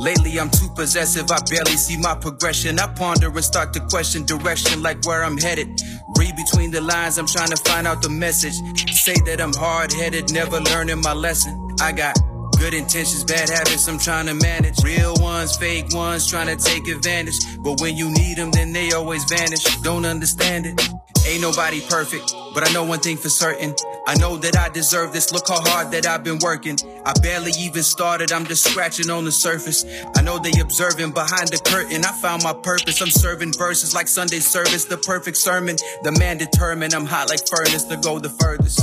Speaker 4: Lately, I'm too possessive. I barely see my progression. I ponder and start to question direction, like where I'm headed. Read between the lines, I'm trying to find out the message. Say that I'm hard headed, never learning my lesson. I got good intentions, bad habits, I'm trying to manage. Real ones, fake ones, trying to take advantage. But when you need them, then they always vanish. Don't understand it. Ain't nobody perfect, but I know one thing for certain. I know that I deserve this. Look how hard that I've been working. I barely even started, I'm just scratching on the surface. I know they observing behind the curtain. I found my purpose. I'm serving verses like Sunday service, the perfect sermon. The man determined, I'm hot like furnace to go the furthest.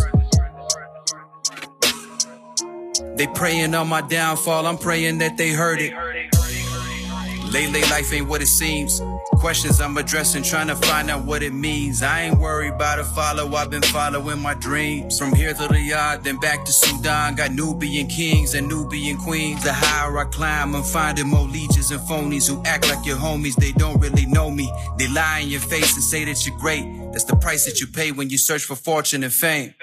Speaker 4: They praying on my downfall, I'm praying that they heard it. Lately, life ain't what it seems. Questions I'm addressing, trying to find out what it means. I ain't worried about a follow, I've been following my dreams. From here to Riyadh, then back to Sudan. Got Nubian kings and Nubian queens. The higher I climb, I'm finding more leeches and phonies who act like your homies. They don't really know me. They lie in your face and say that you're great. That's the price that you pay when you search for fortune and fame.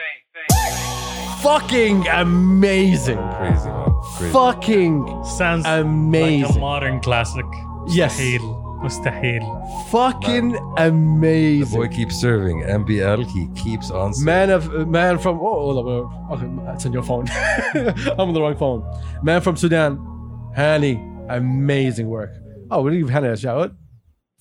Speaker 1: Fucking amazing.
Speaker 2: Crazy man. Crazy.
Speaker 1: Fucking
Speaker 3: Sounds like a
Speaker 1: Amazing.
Speaker 3: modern classic.
Speaker 1: Yes.
Speaker 3: Mustahil. Mustahil.
Speaker 1: fucking
Speaker 2: The boy
Speaker 1: amazing.
Speaker 2: keeps serving. MBL he keeps on serving.
Speaker 1: Man of man from oh hold up, uh, okay that's on your phone. [LAUGHS] I'm on the wrong phone. Man from Sudan, Hani, amazing work. Oh, we leave Hani a shout out.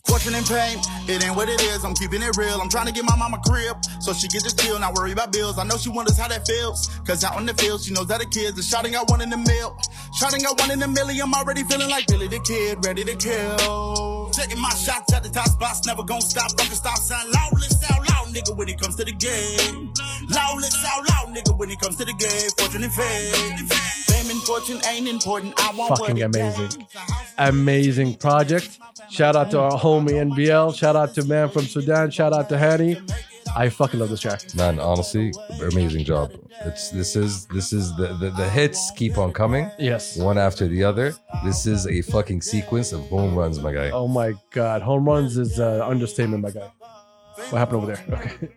Speaker 5: Questioning pain, it ain't what it is. I'm keeping it real. I'm trying to get my mama crib so she get this chill, not worry about bills. I know she wonders how that feels, cause out on the field, she knows that the kids are shouting out one in the mill. Shouting out one in the million, I'm already feeling like Billy the Kid, ready to kill. Taking my shots at the top spots, never gonna stop. Fucking stop sign, lawless out loud, nigga, when it comes to the game. Lawless out loud, nigga, when it comes to the game. Fortune and fame. Fame and fortune ain't important. I want what
Speaker 1: Fucking
Speaker 5: it
Speaker 1: amazing.
Speaker 5: takes.
Speaker 1: Amazing project. Shout out to our homie NBL. Shout out to man from Sudan. Shout out to Hani. I fucking love this track.
Speaker 2: Man, honestly, amazing job. It's this is this is the, the the hits keep on coming,
Speaker 1: Yes.
Speaker 2: one after the other. This is a fucking sequence of home runs, my guy.
Speaker 1: Oh my god, home runs is an understatement, my guy. What happened over there? Okay.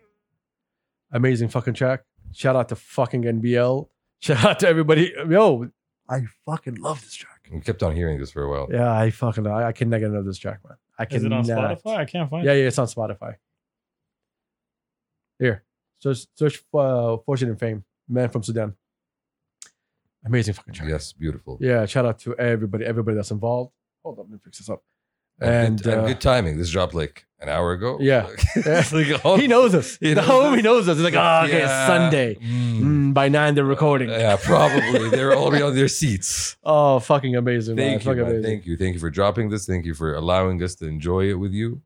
Speaker 1: [LAUGHS] Amazing fucking track. Shout out to fucking NBL. Shout out to everybody. Yo, I fucking love this track.
Speaker 2: We kept on hearing this for a while.
Speaker 1: Yeah, I fucking I, I cannot get enough of this track, man. I
Speaker 3: Is
Speaker 1: cannot.
Speaker 3: it on Spotify? I can't find
Speaker 1: Yeah,
Speaker 3: it.
Speaker 1: yeah, it's on Spotify. Here, search search uh, Fortune and Fame, man from Sudan. Amazing fucking track.
Speaker 2: Yes, beautiful.
Speaker 1: Yeah, shout out to everybody, everybody that's involved. Hold on, let me fix this up.
Speaker 2: And, good,
Speaker 1: And,
Speaker 2: and
Speaker 1: uh,
Speaker 2: good timing. This dropped like an hour ago.
Speaker 1: Yeah.
Speaker 2: [LAUGHS] It's like,
Speaker 1: [LAUGHS]
Speaker 2: oh,
Speaker 1: he knows us.
Speaker 2: He
Speaker 1: the
Speaker 2: knows
Speaker 1: homie
Speaker 2: us.
Speaker 1: knows us. He's like, oh, okay,
Speaker 2: yeah.
Speaker 1: it's Sunday.
Speaker 2: [LAUGHS] Mm.
Speaker 1: Mm, by nine, they're recording.
Speaker 2: Yeah, probably. They're already on their
Speaker 1: [LAUGHS]
Speaker 2: seats.
Speaker 1: Oh, fucking amazing! man.
Speaker 2: Thank you,
Speaker 1: Fucking
Speaker 2: man.
Speaker 1: amazing.
Speaker 2: Thank you. Thank you for dropping this. Thank you for allowing us to enjoy it with you.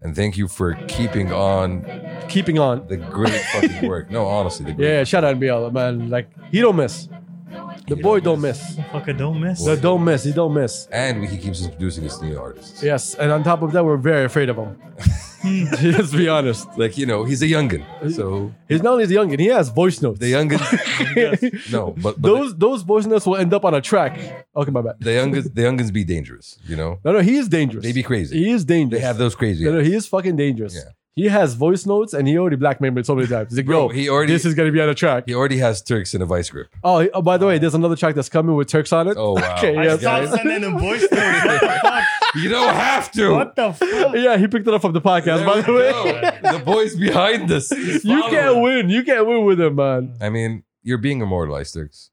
Speaker 2: And thank you for keeping on
Speaker 1: Keeping on.
Speaker 2: the
Speaker 1: [LAUGHS]
Speaker 2: great fucking work. No, honestly, the great
Speaker 1: Yeah, shout out NBL, man. Like he don't miss. The
Speaker 2: He
Speaker 1: boy
Speaker 2: don't
Speaker 1: don't miss.
Speaker 3: Motherfucker, don't miss.
Speaker 1: The don't miss. He don't miss.
Speaker 2: And he keeps introducing us to new artists.
Speaker 1: Yes, and on top of that, we're very afraid of him.
Speaker 2: [LAUGHS]
Speaker 1: [LAUGHS] Let's be honest.
Speaker 2: Like, you know, he's a youngin. So
Speaker 1: He's not only the youngin, he has voice notes.
Speaker 2: the
Speaker 1: [LAUGHS]
Speaker 2: youngins, no, but, but
Speaker 1: those those voice notes will end up on a track. Okay, my bad.
Speaker 2: the, the youngins, the youngins be dangerous,
Speaker 1: [LAUGHS]
Speaker 2: you know?
Speaker 1: No, no, he is dangerous.
Speaker 2: They be crazy.
Speaker 1: He is dangerous.
Speaker 2: They have those crazy.
Speaker 1: No, no, he is fucking dangerous.
Speaker 2: Yeah.
Speaker 1: He has voice notes and he already blackmailed me so many times. He's like,
Speaker 2: Bro,
Speaker 1: yo,
Speaker 2: he already-
Speaker 1: this is gonna be on a track.
Speaker 2: He already has Turks in a vice grip.
Speaker 1: Oh, he- oh, by the way, there's another track that's coming with Turks on it.
Speaker 2: Oh, wow.
Speaker 1: [LAUGHS] Okay,
Speaker 3: I
Speaker 1: yes.
Speaker 3: stopped sending him voice
Speaker 1: [LAUGHS]
Speaker 3: notes. What the fuck?
Speaker 2: You don't have to.
Speaker 3: What the fuck?
Speaker 1: Yeah, he picked it up from the podcast.
Speaker 2: There
Speaker 1: by the
Speaker 2: we
Speaker 1: way,
Speaker 2: go. the boys behind us.
Speaker 1: [LAUGHS] you can't win. You can't win with him, man.
Speaker 2: I mean, you're being immortalized, Turks.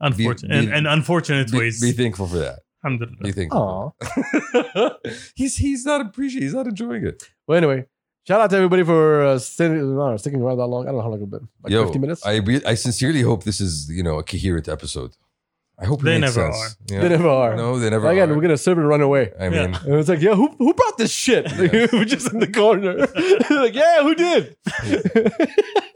Speaker 3: Unfortunate
Speaker 2: Be- be-
Speaker 3: and, and unfortunate
Speaker 2: Be,
Speaker 3: ways.
Speaker 2: be thankful for that.
Speaker 3: Alhamdulillah.
Speaker 2: Be thankful.
Speaker 1: Aw. Oh.
Speaker 2: he's he's not appreciating. He's not enjoying it.
Speaker 1: [LAUGHS] Well, anyway, shout out to everybody for uh, staying, I don't know, sticking around that long. I don't know how long it's been. Like
Speaker 2: Yo,
Speaker 1: 50 minutes?
Speaker 2: I re- I sincerely hope this is you know a coherent episode. I hope it
Speaker 3: They
Speaker 2: makes
Speaker 3: never
Speaker 2: sense.
Speaker 1: They never are.
Speaker 2: No, they never.
Speaker 1: Again,
Speaker 2: are.
Speaker 1: we're going to serve and run away.
Speaker 2: I mean,
Speaker 1: And it's like, yeah, who, who brought this
Speaker 2: [LAUGHS]
Speaker 1: shit? Like, [LAUGHS]
Speaker 2: Yeah.
Speaker 1: we're just in the corner. [LAUGHS] like, yeah, who did? [LAUGHS] like,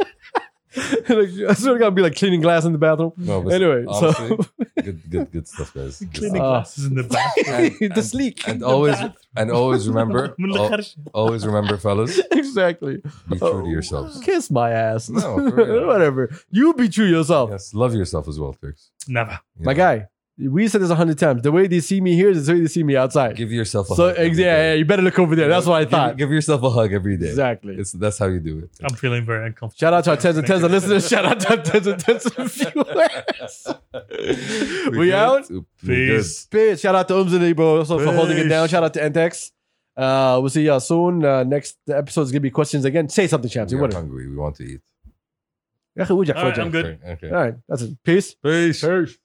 Speaker 1: I swear to God, I'll be like cleaning glass in the bathroom. [LAUGHS]
Speaker 2: no, but
Speaker 1: Anyway,
Speaker 2: honestly, good, good, good stuff, guys. Good
Speaker 3: Cleaning
Speaker 2: stuff.
Speaker 1: Uh,
Speaker 3: glasses in the back.
Speaker 2: and-
Speaker 1: the sleek.
Speaker 2: And always, and always
Speaker 3: [LAUGHS]
Speaker 2: remember,
Speaker 3: من
Speaker 1: Oh.
Speaker 2: al-
Speaker 3: الخرش.
Speaker 2: always remember, fellas,
Speaker 1: [LAUGHS] exactly.
Speaker 2: be
Speaker 1: Oh.
Speaker 2: true to yourselves.
Speaker 1: Kiss my ass. [LAUGHS]
Speaker 2: No, for real.
Speaker 1: Whatever. You be true yourself.
Speaker 2: Yes, love yourself as well, Turks.
Speaker 3: Never.
Speaker 2: You
Speaker 1: My
Speaker 2: know,
Speaker 1: guy, we said this a hundred times. The way they see me here is the way they see me outside.
Speaker 2: give yourself a
Speaker 1: so,
Speaker 2: hug. every
Speaker 1: ex- yeah,
Speaker 2: day.
Speaker 1: yeah, you better look over there. That's what I
Speaker 2: Give-
Speaker 1: thought.
Speaker 2: Give, yourself a hug every day.
Speaker 1: Exactly.
Speaker 2: It's that's how you do it.
Speaker 3: I'm feeling very uncomfortable.
Speaker 1: Shout out to our tens and tens of listeners. Shout out to our tens and tens
Speaker 3: [LAUGHS]
Speaker 1: of viewers.
Speaker 2: We,
Speaker 1: We
Speaker 2: good?
Speaker 1: out?
Speaker 2: We good.
Speaker 3: Peace.
Speaker 1: Peace. Shout out to Umzini, bro, also for holding it
Speaker 3: Peace.
Speaker 1: down. Shout out to Entex. Uh, we'll see y'all soon. Uh, next episode is gonna be questions again. Say something, champs. You
Speaker 2: We are
Speaker 1: wouldn't.
Speaker 2: hungry. We want to eat.
Speaker 1: Yeah, we just-
Speaker 3: All right, I'm good.
Speaker 2: Okay.
Speaker 1: All right, that's it. Peace.
Speaker 2: Peace.
Speaker 1: Peace.